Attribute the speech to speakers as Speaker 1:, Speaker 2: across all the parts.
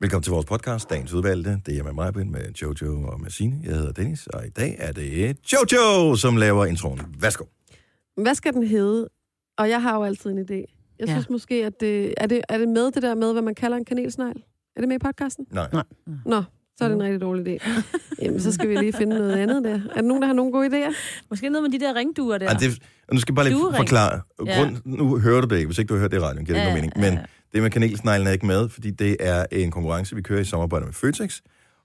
Speaker 1: Velkommen til vores podcast, dagens udvalgte. Det er med mig, Brind, med Jojo og med Signe. Jeg hedder Dennis, og i dag er det Jojo, som laver introen. Værsgo.
Speaker 2: Hvad skal den hedde? Og jeg har jo altid en idé. Jeg
Speaker 3: Ja.
Speaker 2: synes måske, at det, er, det, er det med det der med, hvad man kalder en kanelsnegl? Er det med i podcasten?
Speaker 1: Nej.
Speaker 3: Nej.
Speaker 2: Nå, så er
Speaker 4: Mm.
Speaker 2: det en rigtig dårlig idé. Jamen, så skal vi lige finde noget andet der. Er der nogen, der har nogle gode idéer?
Speaker 4: Måske noget med de der ringduer der.
Speaker 1: Ej, det, og nu skal jeg bare lige
Speaker 4: Duering.
Speaker 1: forklare.
Speaker 4: Ja.
Speaker 1: Grund, nu hører du det ikke, hvis ikke du har hørt det i radioen, giver det ikke
Speaker 4: Ja,
Speaker 1: nogen
Speaker 4: ja,
Speaker 1: mening. Men
Speaker 4: ja.
Speaker 1: det med kanelsneglen er ikke med, fordi det er en konkurrence, vi kører i samarbejde med Føtex.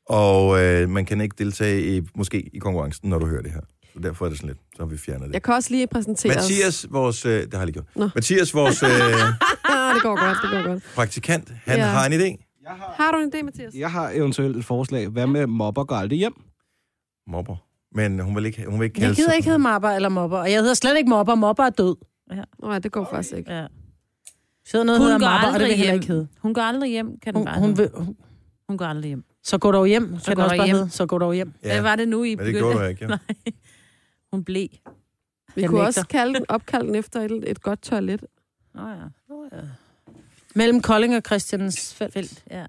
Speaker 1: Og øh, man kan ikke deltage i, måske i konkurrencen, når du hører det her. Så derfor er det sådan lidt, så har vi fjernet det.
Speaker 2: Jeg kan også lige præsentere os.
Speaker 1: Mathias, vores... Øh, det har jeg lige gjort.
Speaker 2: Nå.
Speaker 1: Mathias, vores øh,
Speaker 2: Ah, det går godt, det går godt.
Speaker 1: praktikant, han
Speaker 2: Ja.
Speaker 1: har en idé.
Speaker 2: Har du en idé, Mathias?
Speaker 5: Jeg har eventuelt et forslag. Hvad med mobber går aldrig hjem?
Speaker 1: Mobber. Men hun vil ikke, hun vil ikke kalde
Speaker 3: Jeg gider
Speaker 1: sig-
Speaker 3: ikke hedde mapper eller mopper, og jeg hedder slet ikke mopper. Mopper er død.
Speaker 2: Nej, det går faktisk ikke.
Speaker 4: Ja.
Speaker 3: Så hedder noget,
Speaker 4: Hun
Speaker 3: hedder
Speaker 4: går
Speaker 3: mapper, og det vil
Speaker 4: aldrig
Speaker 3: jeg heller
Speaker 4: hjem.
Speaker 3: ikke hedde.
Speaker 4: Hun går aldrig hjem, kan hun,
Speaker 3: Hun,
Speaker 4: bare
Speaker 3: hun
Speaker 4: hun,
Speaker 3: vil, hun,
Speaker 4: hun går aldrig hjem.
Speaker 3: så går dog hjem. Så,
Speaker 4: Så
Speaker 3: så
Speaker 4: går
Speaker 3: går også
Speaker 4: dog
Speaker 3: bare
Speaker 4: hjem.
Speaker 3: hedde, så går dog hjem.
Speaker 4: Ja. Hvad var det nu, I
Speaker 1: Men det
Speaker 4: begyndte?
Speaker 1: gjorde jeg ikke, ja.
Speaker 4: Nej. Hun blev.
Speaker 2: Vi
Speaker 3: Jeg
Speaker 2: kunne
Speaker 3: nægter.
Speaker 2: også kalde den, opkalde den efter et, et godt toilet.
Speaker 4: Åh ja.
Speaker 3: Mellem Kolding og Christiansfeld.
Speaker 4: Felt, ja.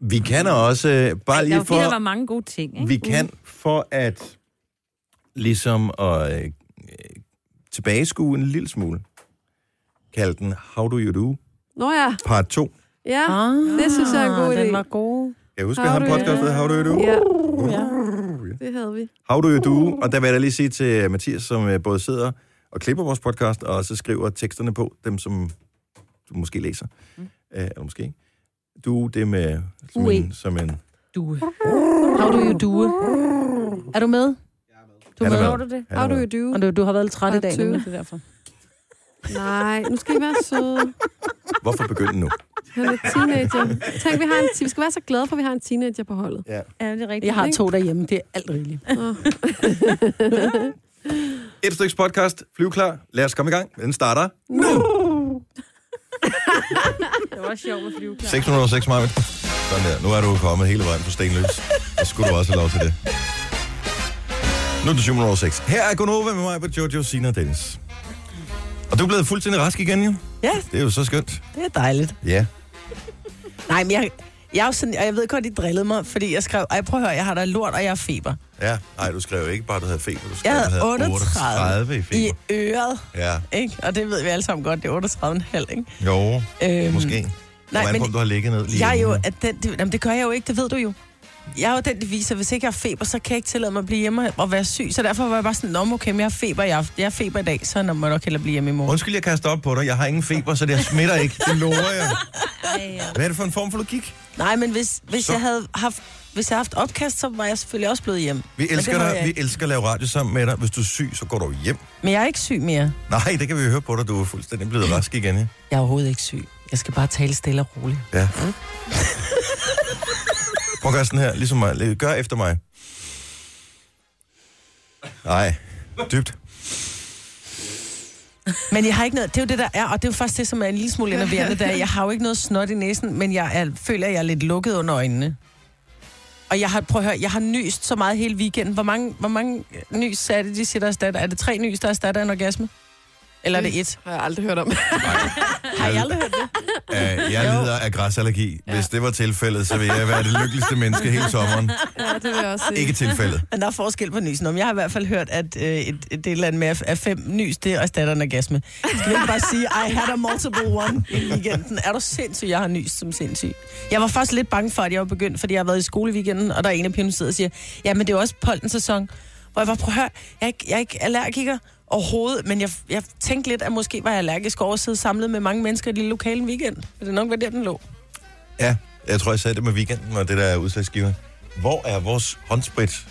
Speaker 1: Vi kan også, øh, bare
Speaker 4: Der,
Speaker 1: lige
Speaker 4: var, for... der var
Speaker 1: for,
Speaker 4: mange gode ting, ikke?
Speaker 1: vi kan for at ligesom at øh, øh, tilbageskue en lille smule, kalde den How Do You Do
Speaker 2: Nå ja,
Speaker 1: Part 2.
Speaker 2: ja.
Speaker 3: Ah,
Speaker 2: Det synes jeg er en god idé.
Speaker 3: Den var god.
Speaker 1: Jeg husker,
Speaker 2: How
Speaker 1: han
Speaker 2: do you
Speaker 1: podcast
Speaker 2: do?
Speaker 1: hedder How Do You Do. Uh.
Speaker 2: Ja,
Speaker 3: Ja.
Speaker 2: det havde vi.
Speaker 1: How Do You Do. Og der vil jeg da lige sige til Mathias, som øh, både sidder og klipper vores podcast, og også skriver teksterne på, dem som du måske læser. Mm. Eller måske ikke. Du, det med som
Speaker 3: Ue.
Speaker 1: en, som en...
Speaker 3: Due. How do you do? Er du med? Du er
Speaker 1: Han er
Speaker 3: med.
Speaker 1: med.
Speaker 4: Gjorde du det?
Speaker 1: Han er
Speaker 2: How do
Speaker 1: med.
Speaker 2: you do?
Speaker 3: Og du, du har været lidt træt i
Speaker 2: Part
Speaker 3: dag,
Speaker 2: two.
Speaker 3: nemlig, det er derfor.
Speaker 2: Nej, nu skal I være søde.
Speaker 1: Hvorfor begynde nu?
Speaker 2: Han er teenager. Tænk, vi, har en, vi skal være så glade for, at vi har en teenager på holdet.
Speaker 1: Ja.
Speaker 4: Ja, det er rigtigt.
Speaker 3: Jeg har
Speaker 4: ikke?
Speaker 3: to derhjemme, det er alt rigeligt.
Speaker 2: Åh.
Speaker 1: Et styks podcast, flyv klar. Lad os komme i gang. Den starter
Speaker 4: Uh. Det var også sjovt at flyve klar.
Speaker 1: 606 Marvind. Sådan der. Nu er du kommet hele vejen på Stenløs. Og skulle du også have lov til det. Nu er det 706. Her er Gunova med mig på Jojo, Sina og Dennis. Og du er blevet fuldstændig rask igen, jo.
Speaker 3: Ja,
Speaker 1: Det er jo så skønt.
Speaker 3: det er dejligt.
Speaker 1: Ja.
Speaker 3: Nej, men jeg, jeg er jo sådan, og jeg ved godt, de drillede mig, fordi jeg skrev, ej prøv at høre, jeg har da lort, og jeg har feber.
Speaker 1: Ja. Nej, du skrev ikke bare, at du havde feber. Du skrev,
Speaker 3: Jeg
Speaker 1: at du
Speaker 3: havde
Speaker 1: havde
Speaker 3: 38,
Speaker 1: 38 i feber.
Speaker 3: i øret,
Speaker 1: Ja.
Speaker 3: ikke? Og det ved vi alle sammen godt, det er 38,5, ikke?
Speaker 1: Jo,
Speaker 3: Øhm,
Speaker 1: måske. Nej, men... På, om du har ligget ned lige
Speaker 3: jeg er jo,
Speaker 1: inden.
Speaker 3: at den, det, jamen, det gør jeg jo ikke, det ved du jo. Jeg er jo den, der viser, at hvis ikke jeg har feber, så kan jeg ikke tillade mig at blive hjemme og være syg. Så derfor var jeg bare sådan, nå, men okay, men jeg har feber i aften. Jeg har feber i dag, så nå, må jeg nok hellere blive hjemme i morgen.
Speaker 1: Undskyld, jeg kaster op på dig. Jeg har ingen feber, så det jeg smitter ikke. Det lover jeg.
Speaker 4: Ej, ja.
Speaker 1: Hvad er det for en form for logik?
Speaker 3: Nej, men hvis, hvis
Speaker 1: Så-
Speaker 3: jeg havde haft... Hvis jeg havde haft opkast, så var jeg selvfølgelig også blevet hjem.
Speaker 1: Vi elsker
Speaker 3: det har
Speaker 1: dig.
Speaker 3: jeg
Speaker 1: Vi
Speaker 3: ikke.
Speaker 1: elsker at lave radio sammen med dig. Hvis du er syg, så går du hjem.
Speaker 3: Men jeg er ikke syg mere.
Speaker 1: Nej, det kan vi høre på dig. Du er fuldstændig blevet rask igen, ja.
Speaker 3: Jeg er overhovedet ikke syg. Jeg skal bare tale stille og roligt.
Speaker 1: ja. Prøv at gøre sådan her, ligesom mig. Gør efter mig. Nej, dybt.
Speaker 3: Men jeg har ikke noget, det er jo det, der er, og det er jo faktisk det, som er en lille smule enerverende, der. er, Jeg har jo ikke noget snot i næsen, men jeg er, føler, at jeg er lidt lukket under øjnene. Og jeg har, prøv at høre, jeg har nyst så meget hele weekenden. Hvor mange, hvor mange nys er det, de siger, der erstatter? Er det tre nys, der erstatter en orgasme? Eller er det et?
Speaker 2: har jeg aldrig hørt om.
Speaker 3: Har I aldrig hørt det?
Speaker 1: Øh, jeg lider af græsallergi. Hvis det var tilfældet, så ville jeg være det lykkeligste menneske hele sommeren.
Speaker 2: Ja, det vil jeg også sige.
Speaker 1: Ikke tilfældet.
Speaker 3: Men der er forskel på nysen. Om jeg har i hvert fald hørt, at øh, et, et eller andet med, at- at fem nys, det erstatter en orgasme. Skal vi ikke bare sige, I had a multiple one i weekenden? Er du sindssyg, jeg har nys som sindssyg? Jeg var faktisk lidt bange for, at jeg var begyndt, fordi jeg har været i skole i weekenden, og der er en af pigerne, der sidder og siger, ja, men det er jo også pollensæson. Hvor jeg var, prøv at høre, jeg er ikke, jeg er ikke allergiker overhovedet, men jeg, jeg tænkte lidt, at måske var jeg allergisk over at sidde samlet med mange mennesker i det lille lokale en weekend. Vil det nok være der, den lå?
Speaker 1: Ja, jeg tror, jeg sagde det med weekenden og det der er udslagsgivende. Hvor er vores håndsprit?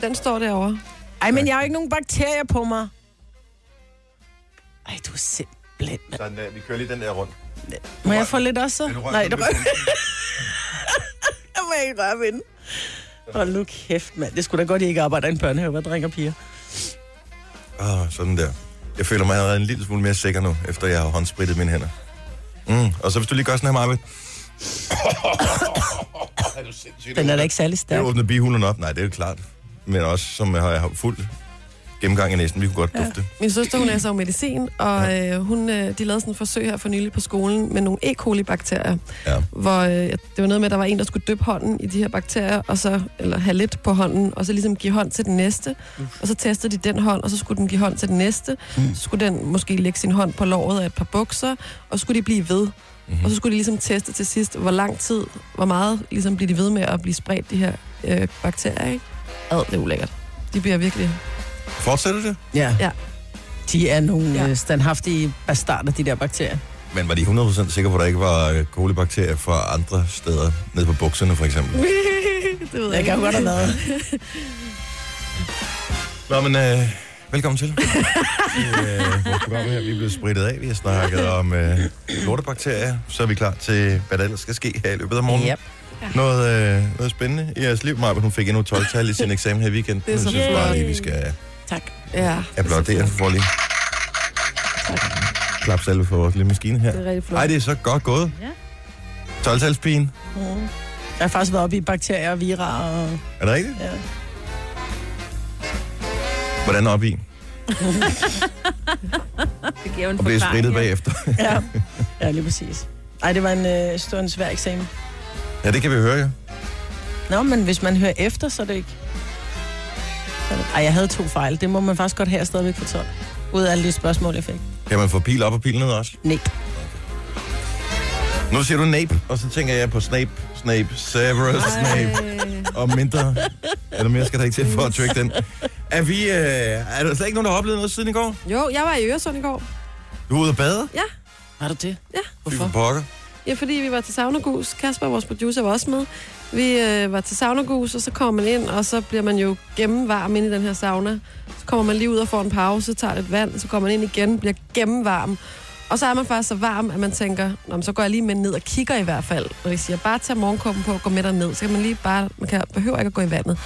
Speaker 2: Den står derovre.
Speaker 3: Ej, men jeg har jo ikke nogen bakterier på mig. Ej, du er simpelthen... mand.
Speaker 1: Sådan der, vi kører lige den der rundt.
Speaker 3: Må jeg få lidt også så?
Speaker 1: Vil du røre
Speaker 3: Nej,
Speaker 1: ved
Speaker 3: det rører
Speaker 1: pulsen?
Speaker 3: jeg må ikke røre ved den. Hold nu kæft, mand. Det skulle da godt, I ikke arbejder i en børnehave, hvad drenge og piger.
Speaker 1: Ah, sådan der. Jeg føler mig allerede en lille smule mere sikker nu, efter jeg har håndsprittet mine hænder. Mm. Og så hvis du lige gør sådan her, Marve. er du sindssyg?
Speaker 3: Den er da ikke særlig stærk.
Speaker 1: Jeg åbnede bihulen op. Nej, det er jo klart. Men også, som jeg har jeg har fuldt gennemgang i næsen. Vi kunne godt dufte. Ja.
Speaker 2: Min søster, hun er så medicin, og øh, hun, øh, de lavede sådan et forsøg her for nylig på skolen med nogle E. coli-bakterier,
Speaker 1: Ja.
Speaker 2: hvor øh, det var noget med, at der var en, der skulle dyppe hånden i de her bakterier, og så, eller have lidt på hånden, og så ligesom give hånd til den næste, og så testede de den hånd, og så skulle den give hånd til den næste,
Speaker 3: Mm.
Speaker 2: så skulle den måske lægge sin hånd på låret af et par bukser, og så skulle de blive ved,
Speaker 1: Mm-hmm.
Speaker 2: og så skulle de ligesom teste til sidst, hvor lang tid, hvor meget ligesom bliver de ved med at blive spredt, de her øh, bakterier, ikke? Ad, det er ulækkert. De bliver virkelig...
Speaker 1: Fortsætter det?
Speaker 3: Ja.
Speaker 2: Ja.
Speaker 3: De er nogle
Speaker 2: Ja.
Speaker 3: ja. standhaftige bastarder, de der bakterier.
Speaker 1: Men var de 100% sikre på, at der ikke var øh, kolibakterier fra andre steder? Nede på bukserne, for eksempel.
Speaker 2: det ved jeg
Speaker 3: Jeg
Speaker 2: ikke.
Speaker 3: kan godt have været.
Speaker 1: Nå, men øh, velkommen til. I, øh, vores program her, vi er blevet spritet af. Vi har snakket om øh, lortebakterier. Så er vi klar til, hvad der ellers skal ske her i løbet af morgenen.
Speaker 3: Yep.
Speaker 1: Noget, øh, noget spændende i jeres liv. Maja, hun fik endnu 12-tal i sin eksamen her i weekenden.
Speaker 2: Det er så
Speaker 1: jeg synes bare
Speaker 2: flot.
Speaker 1: lige, vi skal
Speaker 3: Tak.
Speaker 2: Ja.
Speaker 1: applaudere for lige. Klap salve for vores lille maskine her.
Speaker 2: Det er rigtig flot.
Speaker 1: Ej, det er så godt gået.
Speaker 4: Ja.
Speaker 1: 12-talspigen.
Speaker 3: Mm. Jeg har faktisk været oppe i bakterier og vira. Og,
Speaker 1: Er det rigtigt?
Speaker 3: ja.
Speaker 1: Hvordan op i?
Speaker 4: Det giver jo en
Speaker 1: Og blive
Speaker 4: forklaring,
Speaker 1: spritet
Speaker 4: ja.
Speaker 1: bagefter.
Speaker 3: ja. ja, lige præcis. Ej, det var en, øh, stor, en svær eksamen.
Speaker 1: Ja, det kan vi høre, ja.
Speaker 3: Nå, men hvis man hører efter, så er det ikke... så er det- Ej, jeg havde to fejl. Det må man faktisk godt have stadigvæk for 12. Ud af alle de spørgsmål, jeg fik.
Speaker 1: Kan man få pil op og pil ned også?
Speaker 3: Nej.
Speaker 1: Nu siger du nape, og så tænker jeg på Snape, Snape, Severus Snape.
Speaker 3: Øh.
Speaker 1: Og mindre, eller mere skal der ikke til for at trykke den. Er, vi, øh, er der slet ikke nogen, der har oplevet noget siden i går?
Speaker 2: Jo, jeg var i Øresund i går.
Speaker 1: Du er ude at bade?
Speaker 3: Har du det?
Speaker 2: Ja.
Speaker 1: Fy
Speaker 3: Hvorfor?
Speaker 1: for pokker.
Speaker 2: Ja, fordi vi var til Saunagus. Kasper, vores producer, var også med. Vi øh, var til Saunagus, og så kommer man ind, og så bliver man jo gennemvarm ind i den her sauna. Så kommer man lige ud og får en pause, tager lidt vand, så kommer man ind igen, bliver gennemvarm. Og så er man faktisk så varm, at man tænker, Nå, men så går jeg lige med ned og kigger i hvert fald. Og det siger, bare tag morgenkåben på og gå med derned. Så kan man lige bare, man kan, behøver ikke at gå i vandet.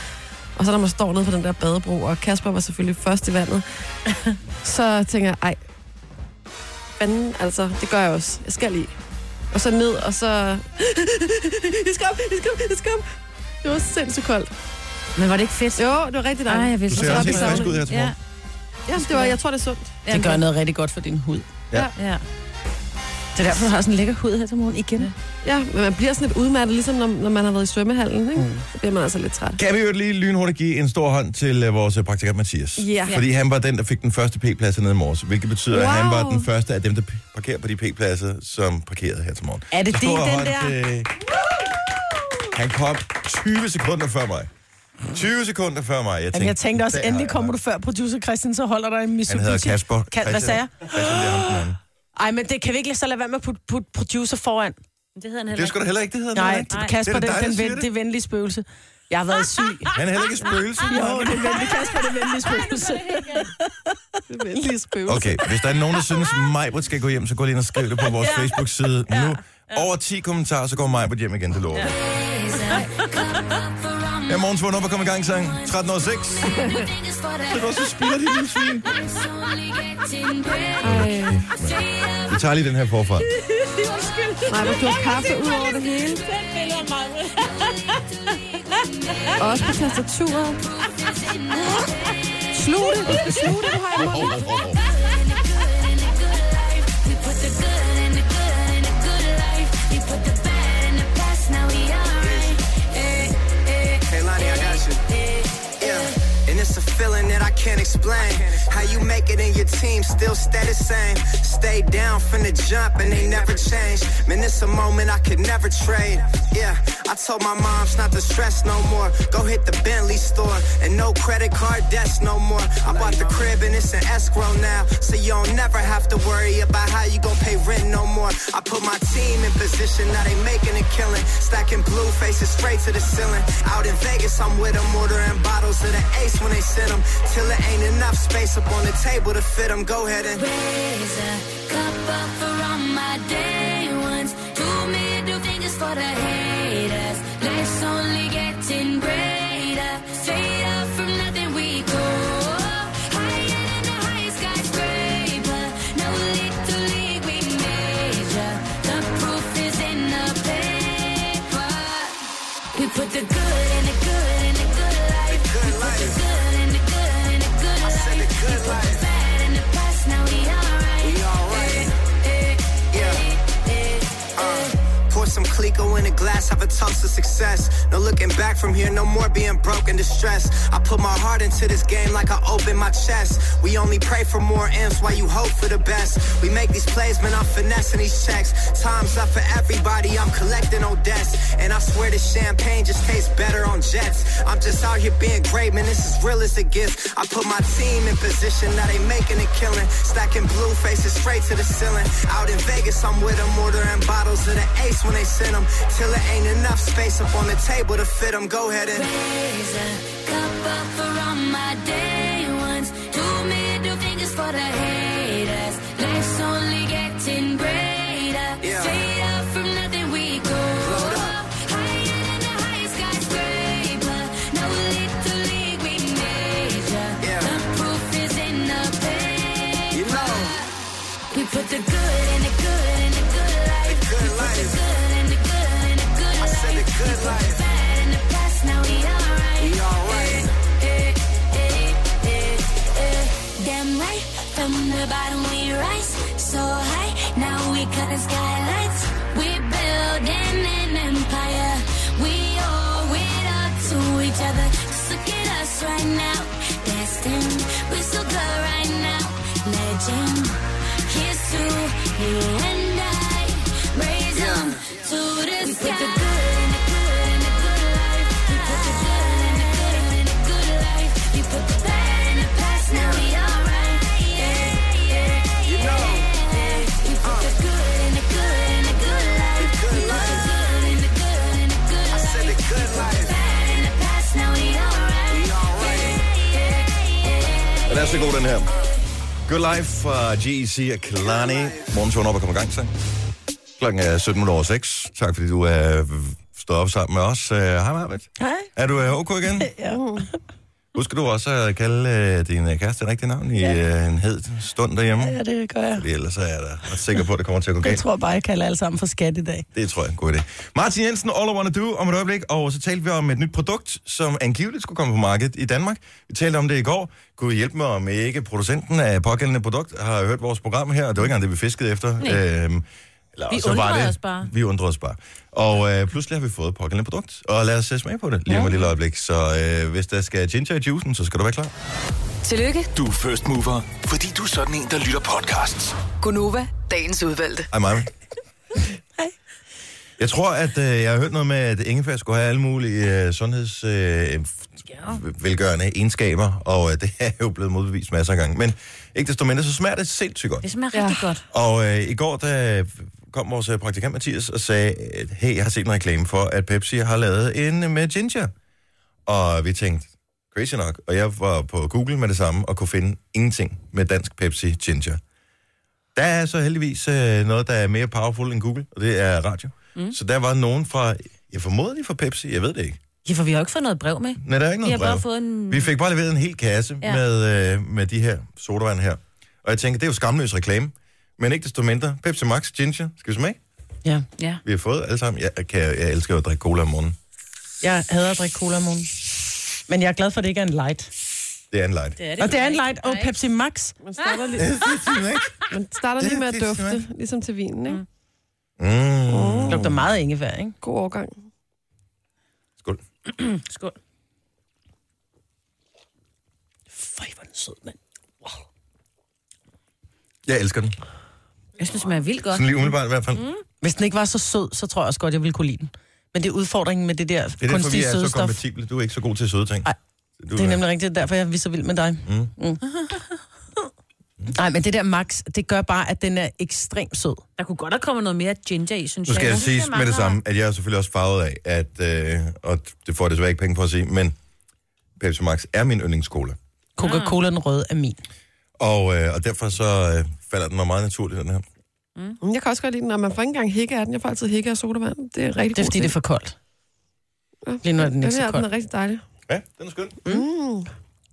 Speaker 2: Og så når man står nede på den der badebro, og Kasper var selvfølgelig først i vandet, så tænker jeg, ej, fanden, altså, det gør jeg også. Jeg skal lige. Og så ned, og så... jeg skal op, jeg skal op, jeg skal op. Det var sindssygt koldt.
Speaker 4: Men var det ikke fedt?
Speaker 2: Jo, det var rigtig
Speaker 4: Ej,
Speaker 2: dejligt.
Speaker 4: jeg vil
Speaker 1: Du
Speaker 4: så
Speaker 1: ser
Speaker 4: godt
Speaker 1: også helt
Speaker 4: blive
Speaker 1: frisk
Speaker 4: savnet.
Speaker 1: ud her til
Speaker 4: Ja,
Speaker 1: morgen.
Speaker 2: Ja, det var, jeg tror, det er sundt.
Speaker 3: Det gør noget rigtig godt for din hud.
Speaker 4: Ja. Det er derfor, du har sådan en lækker hud her til morgen igen. Ja.
Speaker 2: Ja, men man bliver sådan lidt udmattet, ligesom når, når man har været i svømmehallen, ikke?
Speaker 3: Mm.
Speaker 2: Så bliver man altså lidt træt.
Speaker 1: Kan vi jo lige lynhurtigt give en stor hånd til øh, vores øh, praktikant Mathias?
Speaker 2: Ja.
Speaker 1: Fordi han var den, der fik den første P-plads nede i morges, hvilket betyder, wow. at han
Speaker 2: Wow.
Speaker 1: var den første af dem, der p- parkerer på de P-pladser, som parkerede her til morgen.
Speaker 3: Er det
Speaker 1: Stor
Speaker 3: det, den
Speaker 1: hånd,
Speaker 3: der?
Speaker 1: øh, han kom 20 sekunder før mig. 20 sekunder før mig. Jeg
Speaker 3: Jamen, jeg tænkte også,
Speaker 1: "Der
Speaker 3: endelig
Speaker 1: har
Speaker 3: kommer du
Speaker 1: jeg
Speaker 3: før producer Christian, så holder der en
Speaker 1: ham."
Speaker 3: Mitsubishi.
Speaker 1: Han hedder Kasper.
Speaker 3: Kan, hvad
Speaker 1: Christian-
Speaker 3: sagde jeg?
Speaker 1: Christian, det er ham den anden.
Speaker 3: Ej, men det kan vi ikke lige så lade være med at putte, putte producer foran.
Speaker 4: Det hedder han
Speaker 1: Det er
Speaker 4: heller
Speaker 1: sgu da heller ikke, det hedder
Speaker 3: Nej,
Speaker 1: noget,
Speaker 3: Nej
Speaker 1: ikke?
Speaker 3: Kasper,
Speaker 1: det er
Speaker 3: det,
Speaker 1: da dig,
Speaker 3: den,
Speaker 1: der siger
Speaker 3: ven,
Speaker 1: det.
Speaker 3: det venlige spøgelse. Jeg har været syg.
Speaker 1: Han er heller ikke et spøgelse.
Speaker 3: Jo, det er venlige Kasper, det venlige spøgelse.
Speaker 2: Det er vældig spøvelse.
Speaker 1: Okay, hvis der er nogen, der synes, Majbrit skal gå hjem, så gå lige ind og skriv det på vores Facebook-side nu. Over 10 kommentarer, så går Majbrit hjem igen, det lover jeg. Ja, morgens vågn op og kom i gang, sang. 13.06. Det er var så spiller de lille svin. Vi tager lige den her forfra.
Speaker 2: Nej, hvor du har kaffe ud over det hele. Og også på tastaturet. Slug det, slug det, du har i munden.
Speaker 6: Hey Lonnie, I got you. Yeah. And it's a feeling that I can't explain. How you make it in your team still stay the same. Stay down from the jump and they never change. Man, it's a moment I could never trade. Yeah, I told my moms not to stress no more. Go hit the Bentley store and no credit card debts no more. I bought the crib and it's an escrow now. So you don't never have to worry about how you gon' pay rent no more. I put my team in position, now they making a killing. Stacking blue faces straight to the ceiling. Out in Vegas, I'm with them, ordering bottles of the ace when they send them. Till it ain't enough space up on the table to fit them. Go ahead and.
Speaker 7: Raise a cup up for all my day ones. Two middle fingers for the haters. Life's only getting brighter. Straight up from nothing we go. Higher than the highest skyscraper. No little league we measure. The proof is in the paper. We put the good in the good in the good life.
Speaker 6: Good
Speaker 7: The
Speaker 6: life.
Speaker 7: good in the good in the good
Speaker 6: I said
Speaker 7: life.
Speaker 6: the
Speaker 7: Eh,
Speaker 6: some Clico in a glass, have a toast to success. No looking back from here, no more being broke and distressed. I put my heart into this game like I open my chest. We only pray for more M's while you hope for the best. We make these plays, man, I'm finessing these checks. Time's up for everybody, I'm collecting on debts. And I swear this champagne just tastes better on jets. I'm just out here being great, man, this is real as it gets. I put my team in position, now they making a killing. Stacking blue faces straight to the ceiling. Out in Vegas, I'm with them, ordering bottles of the ace when they send them. Till it ain't enough space up on the table to fit them. Go ahead and.
Speaker 7: Raise a cup up for all my day ones. Two middle fingers for the haters. Life's only getting greater.
Speaker 6: Yeah.
Speaker 7: Straight up from nothing we go. Higher than the highest skyscraper. No little league we measure.
Speaker 6: Yeah.
Speaker 7: The proof is in the paper.
Speaker 6: You know.
Speaker 7: We put the good in the good in the good life.
Speaker 6: The good
Speaker 7: we put
Speaker 6: life.
Speaker 7: the good in the good in the good
Speaker 6: I
Speaker 7: life.
Speaker 6: said the good
Speaker 7: we Put
Speaker 6: life.
Speaker 7: the bad in the past, now we alright.
Speaker 6: We alright.
Speaker 7: Eh, eh, eh, eh, eh. Damn right, from the bottom we rise so high. Now we cut the skylights. We building an empire. We owe it all to each other. Just look at us right now, destined. We're so good right now, legend. Here's to you and I. Raise 'em to the sky. We put the good in the good in the good life. We put the good in the good in the good life. We put the bad in the past. Now we alright. Yeah, yeah,
Speaker 6: You know.
Speaker 7: yeah. We put the good in the good in the good life.
Speaker 6: The good
Speaker 7: We put the
Speaker 6: life.
Speaker 7: good in the good in the good
Speaker 6: I
Speaker 7: life.
Speaker 6: said the good life.
Speaker 7: Bad in the past. Now we alright.
Speaker 6: We alright.
Speaker 1: Den er så god, den her. Good Life fra GEC og Kalani. Morgenturen op og kommer i gang, sang. Klokken er 17 minutter over 6. Tak fordi du er øh, stået op sammen med os. Øh, Hej, Marvitt.
Speaker 3: Hej.
Speaker 1: Er du øh, OK igen?
Speaker 3: Ja.
Speaker 4: Mm.
Speaker 1: Husker du også at kalde øh, din øh, kæreste et rigtigt navn i øh, en hed stund derhjemme?
Speaker 3: ja, det gør jeg.
Speaker 1: Fordi ellers så er jeg da ret sikker på, at det kommer til at gå
Speaker 3: Jeg
Speaker 1: galt.
Speaker 3: tror bare, jeg kalder alle sammen for skat i dag.
Speaker 1: Det tror jeg er en god idé. Martin Jensen, All I Wanna Do om et øjeblik, og så talte vi om et nyt produkt, som angiveligt skulle komme på markedet i Danmark. Vi talte om det i går. Kunne I hjælpe mig om ikke producenten af pågældende produkt har hørt vores program her, og det var ikke engang det, vi fiskede efter. Øhm, eller,
Speaker 4: Vi
Speaker 1: så var
Speaker 4: undrede
Speaker 1: det,
Speaker 4: os bare.
Speaker 1: Vi undrede os bare. Og øh, pludselig har vi fået pågældende produkt, og lad os øh, smage på det lige om et lille øjeblik. Så øh, hvis der skal ginger i juicen, så skal du være klar.
Speaker 8: Tillykke,
Speaker 9: Du er first mover, fordi du er sådan en, der lytter podcasts.
Speaker 8: Gunova, dagens udvalgte.
Speaker 1: Hej, Maja. Jeg tror, at øh, jeg har hørt noget med, at ingefær skulle have alle mulige øh, sundhedsvelgørende øh, ja. egenskaber, og øh, det er jo blevet modbevist masser af gange. Men ikke desto mindre, så smager det sindssygt godt.
Speaker 4: Det smager ja. rigtig godt.
Speaker 1: Og øh, i går, der kom vores øh, praktikant Mathias og sagde, at, hey, jeg har set en reklame for, at Pepsi har lavet en øh, med ginger. Og vi tænkte, crazy nok. Og jeg var på Google med det samme og kunne finde ingenting med dansk Pepsi ginger. Der er så heldigvis øh, noget, der er mere powerful end Google, og det er radio. Mm. Så der var nogen fra, jeg formoder de fra Pepsi, jeg ved det ikke.
Speaker 4: Ja, for vi har jo ikke fået noget brev med.
Speaker 1: Nej, der er ikke
Speaker 4: Vi
Speaker 1: noget
Speaker 4: har bare
Speaker 1: brev.
Speaker 4: fået en-
Speaker 1: Vi fik bare leveret en hel kasse ja.
Speaker 4: Ja.
Speaker 1: med, øh, med de her sodavand her. Og jeg tænker, det er jo skamløs reklame. Men ikke desto mindre. Pepsi Max, ginger. Skal vi smage?
Speaker 3: Ja.
Speaker 4: Ja.
Speaker 1: Vi har fået alle sammen. Jeg, kan, jeg elsker jo at drikke cola om morgenen.
Speaker 3: Jeg hader at drikke cola om morgenen. Men jeg er glad for, at det ikke er en light.
Speaker 1: Det er en light. Det
Speaker 4: er
Speaker 3: Og det er en light og Pepsi Max.
Speaker 2: Man starter lige,
Speaker 1: er
Speaker 2: man starter lige med at
Speaker 1: Det er faktisk
Speaker 2: dufte, ligesom til vinen, ikke?
Speaker 1: mm.
Speaker 3: Det lugter meget af ingefær, ikke?
Speaker 2: God overgang.
Speaker 1: Skål.
Speaker 4: Skål.
Speaker 3: Fej, hvor er den sød, mand.
Speaker 1: Jeg elsker den.
Speaker 4: Jeg synes, det smager vildt godt.
Speaker 1: Sådan lige umiddelbart i hvert fald. Mm.
Speaker 3: Hvis den ikke var så sød, så tror jeg også godt, jeg ville kunne lide den. Men det er udfordringen med det der
Speaker 1: Det er derfor, vi
Speaker 3: kunstige
Speaker 1: er
Speaker 3: søde
Speaker 1: så
Speaker 3: stof.
Speaker 1: kompatible. Du er ikke så god til søde ting.
Speaker 3: Nej.
Speaker 1: Du,
Speaker 3: Det er nemlig rigtigt, derfor jeg er så vild med dig. Mm. Mm. Nej, men det der Max, det gør bare, at den er ekstremt sød.
Speaker 4: Der kunne godt have kommet noget mere ginger i, synes
Speaker 1: Nu
Speaker 4: jeg.
Speaker 1: skal jeg
Speaker 4: Jeg synes,
Speaker 1: sige
Speaker 4: det
Speaker 1: med det
Speaker 4: mangler-
Speaker 1: samme, at jeg er selvfølgelig også farvet af, at, øh, og det får jeg desværre ikke penge for at sige, men Pepsi Max er min yndlingscola. Ah.
Speaker 3: Coca-Cola den røde er min.
Speaker 1: Og, øh, og derfor så øh, falder den mig meget naturligt, den her.
Speaker 2: Mm, Jeg kan også godt lide den, og man får ikke engang hække af den. Jeg får altid hække af sodavand. Det er rigtig
Speaker 3: Det er, fordi det er for koldt.
Speaker 4: Mm.
Speaker 3: Lige nu er den
Speaker 2: Den
Speaker 3: ikke så
Speaker 2: her,
Speaker 3: kold.
Speaker 2: den er rigtig dejlig.
Speaker 1: Ja, den er skøn. Mm.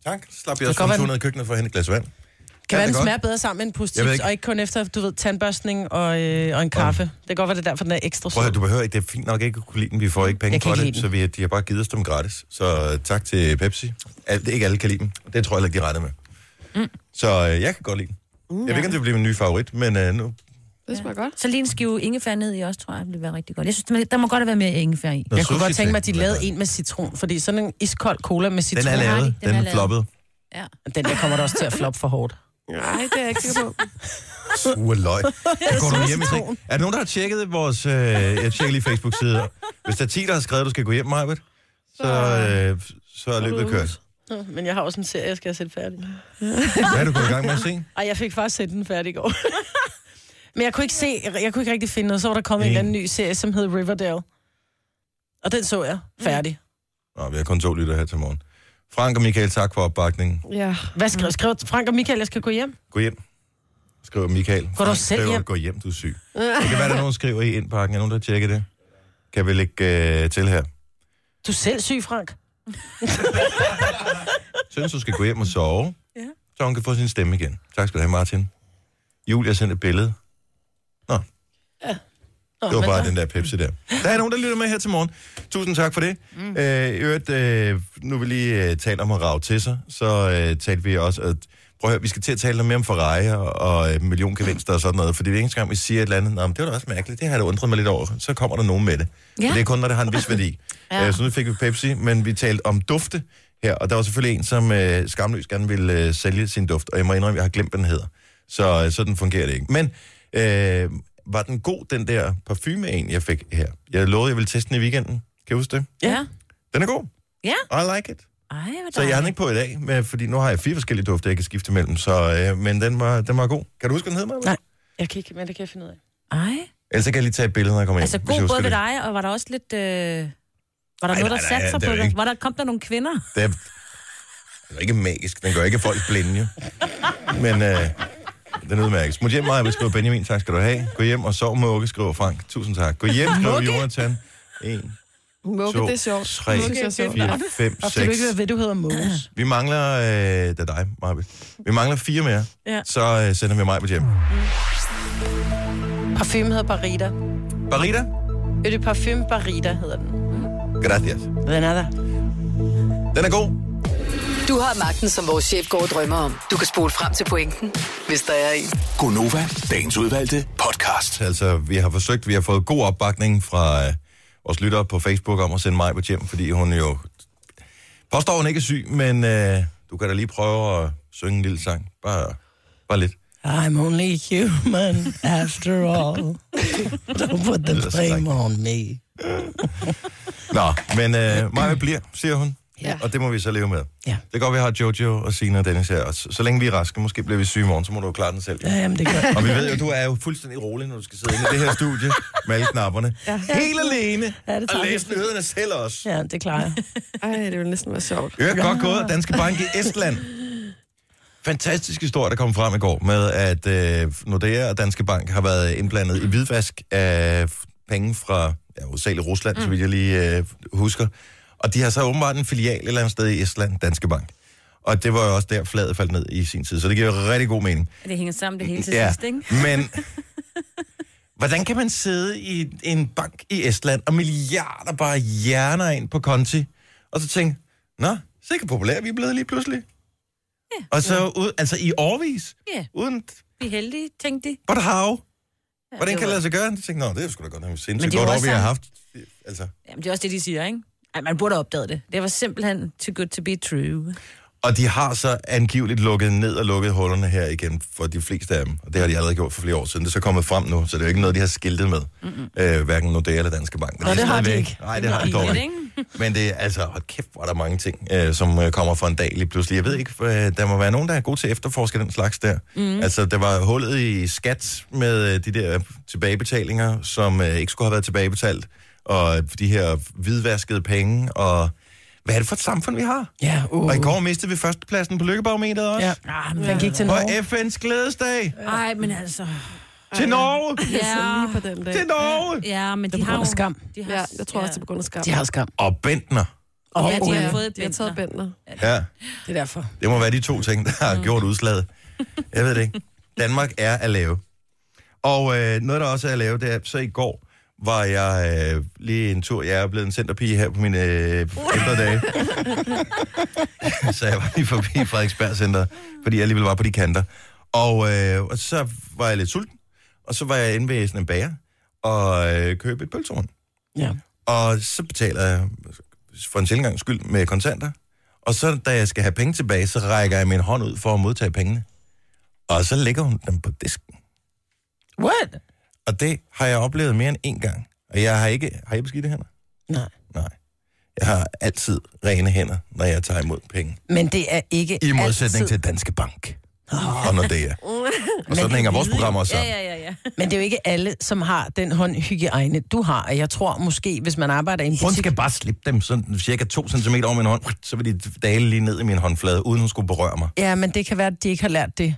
Speaker 1: Tak. Så slap jeg også
Speaker 3: Det kan godt være,
Speaker 1: funktionen
Speaker 3: den-
Speaker 1: ned i køkkenet for at hente et glas vand.
Speaker 3: Kan
Speaker 1: Ja, det
Speaker 3: være, den
Speaker 1: er godt.
Speaker 3: smager bedre sammen med en
Speaker 1: Jeg
Speaker 3: positiv,
Speaker 1: ved ikke.
Speaker 3: og ikke kun efter, du ved, tandbørstning og, øh, og en kaffe. Det kan godt være, det er derfor, den er ekstra
Speaker 1: Prøv at
Speaker 3: sød. Mm,
Speaker 1: høre, du behøver ikke, det er fint nok ikke at kunne lide den. Vi får ikke penge
Speaker 3: Jeg kan
Speaker 1: for
Speaker 3: ikke
Speaker 1: det,
Speaker 3: lide
Speaker 1: så vi, de har bare givet os dem gratis. Så øh, tak til Pepsi. Alt, ikke alle kan lide dem. Det tror jeg heller ikke, de regner med. Mm. Så øh, jeg kan godt lide den. Mm, jeg ved ikke, om det bliver min nye favorit, men øh, nu
Speaker 2: Det smager godt.
Speaker 4: Så lige en skive ingefær ned i også, tror jeg, ville være rigtig godt. Jeg synes, der- der må godt være mere ingefær i.
Speaker 1: Noget
Speaker 3: Jeg kunne godt
Speaker 1: sushi
Speaker 3: tænke mig, at de
Speaker 1: til,
Speaker 3: lavede
Speaker 1: blandt
Speaker 3: en med citron, fordi sådan en iskold cola med
Speaker 1: Den
Speaker 3: citron,
Speaker 1: er
Speaker 4: har de.
Speaker 1: lavet.
Speaker 4: Den
Speaker 1: Den
Speaker 4: er
Speaker 1: er
Speaker 4: lavet.
Speaker 1: floppet.
Speaker 4: Ja.
Speaker 3: den der kommer da også til at floppe for hårdt.
Speaker 2: Nej, det er jeg ikke sikker på.
Speaker 1: Sure løg. Der går du hjem i seng. Er der nogen, der har tjekket vores... Øh, jeg tjekker lige Facebook-side. Hvis der er 10, der har skrevet, at du skal gå hjem, Majbet, så, øh, så er løbet kørt.
Speaker 3: Men jeg har også en serie, jeg skal have set færdig.
Speaker 1: Hvad er du gået i gang med at se?
Speaker 3: Ej, jeg fik faktisk set den færdig i går. Men jeg kunne ikke se, jeg kunne ikke rigtig finde noget. Så var der kommet en eller anden ny serie, som hed Riverdale. Og den så jeg færdig.
Speaker 1: Nå, vi har kun to lytter her til morgen. Frank og Michael, tak for opbakningen.
Speaker 2: Ja.
Speaker 3: Hvad skrev, skrev Frank og Michael, jeg skal gå hjem?
Speaker 1: Gå hjem, skriver Michael.
Speaker 3: Går du
Speaker 1: Frank
Speaker 3: selv
Speaker 1: skriver,
Speaker 3: hjem?
Speaker 1: Gå hjem, du er syg. Det kan være, der er nogen, der skriver i indpakken. Er nogen, der tjekker det? Kan vi lægge øh, til her?
Speaker 3: Du er selv syg, Frank.
Speaker 1: Synes, du skal gå hjem og sove, ja. så hun kan få sin stemme igen. Tak skal du have, Martin. Julia sendte et billede. Nå.
Speaker 3: Nå,
Speaker 1: Det var
Speaker 3: men
Speaker 1: bare
Speaker 3: så-
Speaker 1: den der Pepsi der. Der er nogen, der lytter med her til morgen. Tusind tak for det. Mm. Øh, i øvrigt, øh, nu vil vi lige øh, tale om at rave til sig, så øh, talte vi også, at prøv at høre, vi skal til at tale noget mere om Ferrari og, og øh, milliongevinster og sådan noget, fordi hver eneste gang, vi siger et eller andet, Nå, men det var da også mærkeligt, det har jeg da undret mig lidt over, så kommer der nogen med det. Ja.
Speaker 4: Ja.
Speaker 1: Og det er kun, når det har en vis værdi. ja. øh, så nu fik vi Pepsi, men vi talte om dufte her, og der var selvfølgelig en, som øh, skamløst gerne ville øh, sælge sin duft, og jeg må indrømme, jeg har glemt, hvad den hedder. Så øh, sådan fungerer det ikke. Men øh, var den god, den der parfume en, jeg fik her? Jeg lovede, jeg ville teste den i weekenden. Kan du huske det?
Speaker 4: Ja.
Speaker 1: Den er god.
Speaker 4: Ja.
Speaker 1: I like it.
Speaker 4: Ej, hvor
Speaker 1: Så jeg har den ikke på i dag, men, fordi nu har jeg fire forskellige dufte, jeg kan skifte mellem. Så, øh, men den var, den var god. Kan du huske, hvad den hed, Maja?
Speaker 3: Nej. Jeg kan ikke, men det kan jeg finde ud af.
Speaker 4: Ej.
Speaker 1: Ellers så kan jeg lige tage et billede, når jeg kommer
Speaker 4: Altså
Speaker 1: hjem. hvis jeg
Speaker 4: god
Speaker 1: husker
Speaker 4: både ved
Speaker 1: det.
Speaker 4: dig, og var der også lidt... Øh... Var der
Speaker 1: Ej, nej,
Speaker 4: noget, der
Speaker 1: nej,
Speaker 4: satte sig
Speaker 1: det er
Speaker 4: på
Speaker 1: jo
Speaker 4: dig?
Speaker 1: ikke-
Speaker 4: Var der, kom der nogle kvinder?
Speaker 1: Det er, det er ikke magisk. Den gør ikke folk blinde, jo. Men øh, den udmærkes. Smut hjem, Maja, skriver Benjamin. Tak skal du have. Gå hjem og sov, Mugge, skriver Frank. Tusind tak. Gå hjem, skriver Jonathan. 1,
Speaker 2: Mugge, det er
Speaker 1: 2,
Speaker 2: sjovt.
Speaker 1: 3,
Speaker 2: Mugge er sjovt.
Speaker 1: 4, 5,
Speaker 3: Og det
Speaker 1: 6.
Speaker 3: ikke ved, du hedder Mogens.
Speaker 1: Vi mangler, øh, det er dig, Maja. Vi mangler fire mere.
Speaker 4: Ja.
Speaker 1: Så øh, sender vi mig på hjem.
Speaker 3: Parfume hedder Barita.
Speaker 1: Barita,
Speaker 3: Er det parfume Barita, hedder den.
Speaker 1: gracias.
Speaker 3: Den er der.
Speaker 1: Den er god.
Speaker 8: Du har magten, som vores chef går og drømmer om. Du kan spole frem til pointen, hvis der er en.
Speaker 9: Gonova, dagens udvalgte podcast.
Speaker 1: Altså, vi har forsøgt, vi har fået god opbakning fra øh, vores lyttere på Facebook om at sende mig på hjem, fordi hun jo påstår, hun ikke er syg, men øh, du kan da lige prøve at synge en lille sang. Bare, bare lidt.
Speaker 3: I'm only human after all. Don't put the
Speaker 1: lyder så
Speaker 3: blame
Speaker 1: rigtigt.
Speaker 3: on me.
Speaker 1: Nå, men øh, mig bliver, siger hun.
Speaker 2: Ja.
Speaker 1: Og det må vi så leve med.
Speaker 3: Ja.
Speaker 1: Det går, vi har Jojo og Sina og Dennis her. Og så, så længe vi er raske, måske bliver vi syge i morgen, så må du jo klare den selv.
Speaker 3: Ja, jamen, det gør
Speaker 1: Og vi ved jo, du er jo fuldstændig rolig, når du skal sidde inde i det her studie med alle knapperne. Ja. Helt alene.
Speaker 3: Ja, det
Speaker 1: og
Speaker 3: tager
Speaker 1: læse nyhederne selv også.
Speaker 3: Ja, det klarer jeg.
Speaker 2: Ej, det ville næsten være sjovt.
Speaker 1: Øvrigt godt gået. Danske Bank i Estland. Fantastisk historie, der kom frem i går med, at øh, Nordea og Danske Bank har været indblandet i hvidvask af f- penge fra ja, hovedsageligt Rusland, mm. så vidt jeg lige øh, husker. Og de har så åbenbart en filial et eller andet sted i Estland, Danske Bank. Og det var jo også der, flaget faldt ned i sin tid, så det giver rigtig god mening.
Speaker 4: Det hænger sammen det hele til sidst, ikke?
Speaker 1: Men hvordan kan man sidde i en bank i Estland og milliarder bare hjerner ind på konti, og så tænke, nå, sikkert populære vi er blevet lige pludselig. Ja, og så ud, altså i årvis,
Speaker 4: Ja.
Speaker 1: uden
Speaker 4: Vi er heldige, tænkte de.
Speaker 1: but how? Hvordan
Speaker 4: det
Speaker 1: kan det
Speaker 4: var-
Speaker 1: lade sig gøre? Jeg tænkte, nå, det er sgu da godt, at vi sindssygt
Speaker 4: det er jo
Speaker 1: godt år,
Speaker 4: også
Speaker 1: vi har
Speaker 4: sådan-
Speaker 1: haft. Altså.
Speaker 4: Jamen, det er også det, de siger, ikke? Ej, man burde have opdaget det. Det var simpelthen too good to be true.
Speaker 1: Og de har så angiveligt lukket ned og lukket hullerne her igen for de fleste af dem. Og det har de allerede gjort for flere år siden. Det er så kommet frem nu, så det er jo ikke noget, de har skiltet med. Mm-hmm. Øh, hverken Nordea eller Danske Bank. Men
Speaker 3: Nå,
Speaker 1: er
Speaker 3: det har de
Speaker 1: stadigvæk-
Speaker 3: ikke.
Speaker 1: Nej, det har de dog ikke. Men det er altså, hold kæft, hvor er der mange ting, øh, som øh, kommer fra en dag lige pludselig. Jeg ved ikke, øh, der må være nogen, der er gode til at efterforske den slags der. Mm.
Speaker 4: Mhm.
Speaker 1: Altså, der var hullet i skat med øh, de der tilbagebetalinger, som øh, ikke skulle have været tilbagebetalt. Og de her hvidvaskede penge, og hvad er det for et samfund, vi har?
Speaker 3: Ja, uh.
Speaker 1: Og i går mistede vi førstepladsen på lykkebarometeret også.
Speaker 3: Ja.
Speaker 1: Ja.
Speaker 3: Ah, men den gik til
Speaker 1: På
Speaker 3: Norge.
Speaker 1: FN's glædesdag.
Speaker 4: Ej, men altså...
Speaker 1: Til Norge!
Speaker 2: Ja. Lige på den dag.
Speaker 1: Til Norge!
Speaker 4: Ja, men
Speaker 3: Det
Speaker 4: de
Speaker 3: var
Speaker 4: har jo...
Speaker 3: under skam.
Speaker 4: De har,
Speaker 2: Ja, jeg tror også, det er på grund af skam.
Speaker 3: De har skam.
Speaker 1: Og Bentner.
Speaker 3: Og
Speaker 4: Ja, de
Speaker 3: olie.
Speaker 4: har fået
Speaker 2: De har taget
Speaker 4: bænder.
Speaker 2: bænder.
Speaker 1: Ja,
Speaker 3: Det er derfor.
Speaker 1: det må være de to ting, der har gjort udslaget. Jeg ved det ikke. Danmark er at lave. Og øh, noget, der også er at lave, det er, så i går var jeg øh, lige en tur. Jeg er blevet en centerpige her på mine øh, ældre dage. så jeg var lige forbi Frederiksberg Center, fordi jeg alligevel var på de kanter. Og, øh, og så var jeg lidt sulten. og så var jeg inde ved sådan en bager og øh, købte et pølsehorn.
Speaker 3: Ja.
Speaker 1: Og så betaler jeg for en sjældent gang skyld med kontanter. Og så, da jeg skal have penge tilbage, så rækker jeg min hånd ud for at modtage pengene. Og så lægger hun dem på disken.
Speaker 3: What?
Speaker 1: Og det har jeg oplevet mere end én gang. Og jeg har ikke... Har jeg beskidte hænder?
Speaker 3: Nej.
Speaker 1: Nej. Jeg har altid rene hænder, når jeg tager imod penge.
Speaker 3: Men det er ikke
Speaker 1: I modsætning
Speaker 3: altid...
Speaker 1: altid. til Danske Bank. Og når det er. Og sådan hænger vores programmer også sammen.
Speaker 4: Ja, ja, ja.
Speaker 3: Men det er jo ikke alle, som har den håndhygiejne, du har. Og jeg tror måske, hvis man arbejder i en
Speaker 1: Hun
Speaker 3: butik...
Speaker 1: skal bare slippe dem sådan cirka 2 cm over min hånd, så vil de dale lige ned i min håndflade, uden hun skulle berøre mig.
Speaker 3: Ja, men det kan være, at de ikke har lært det.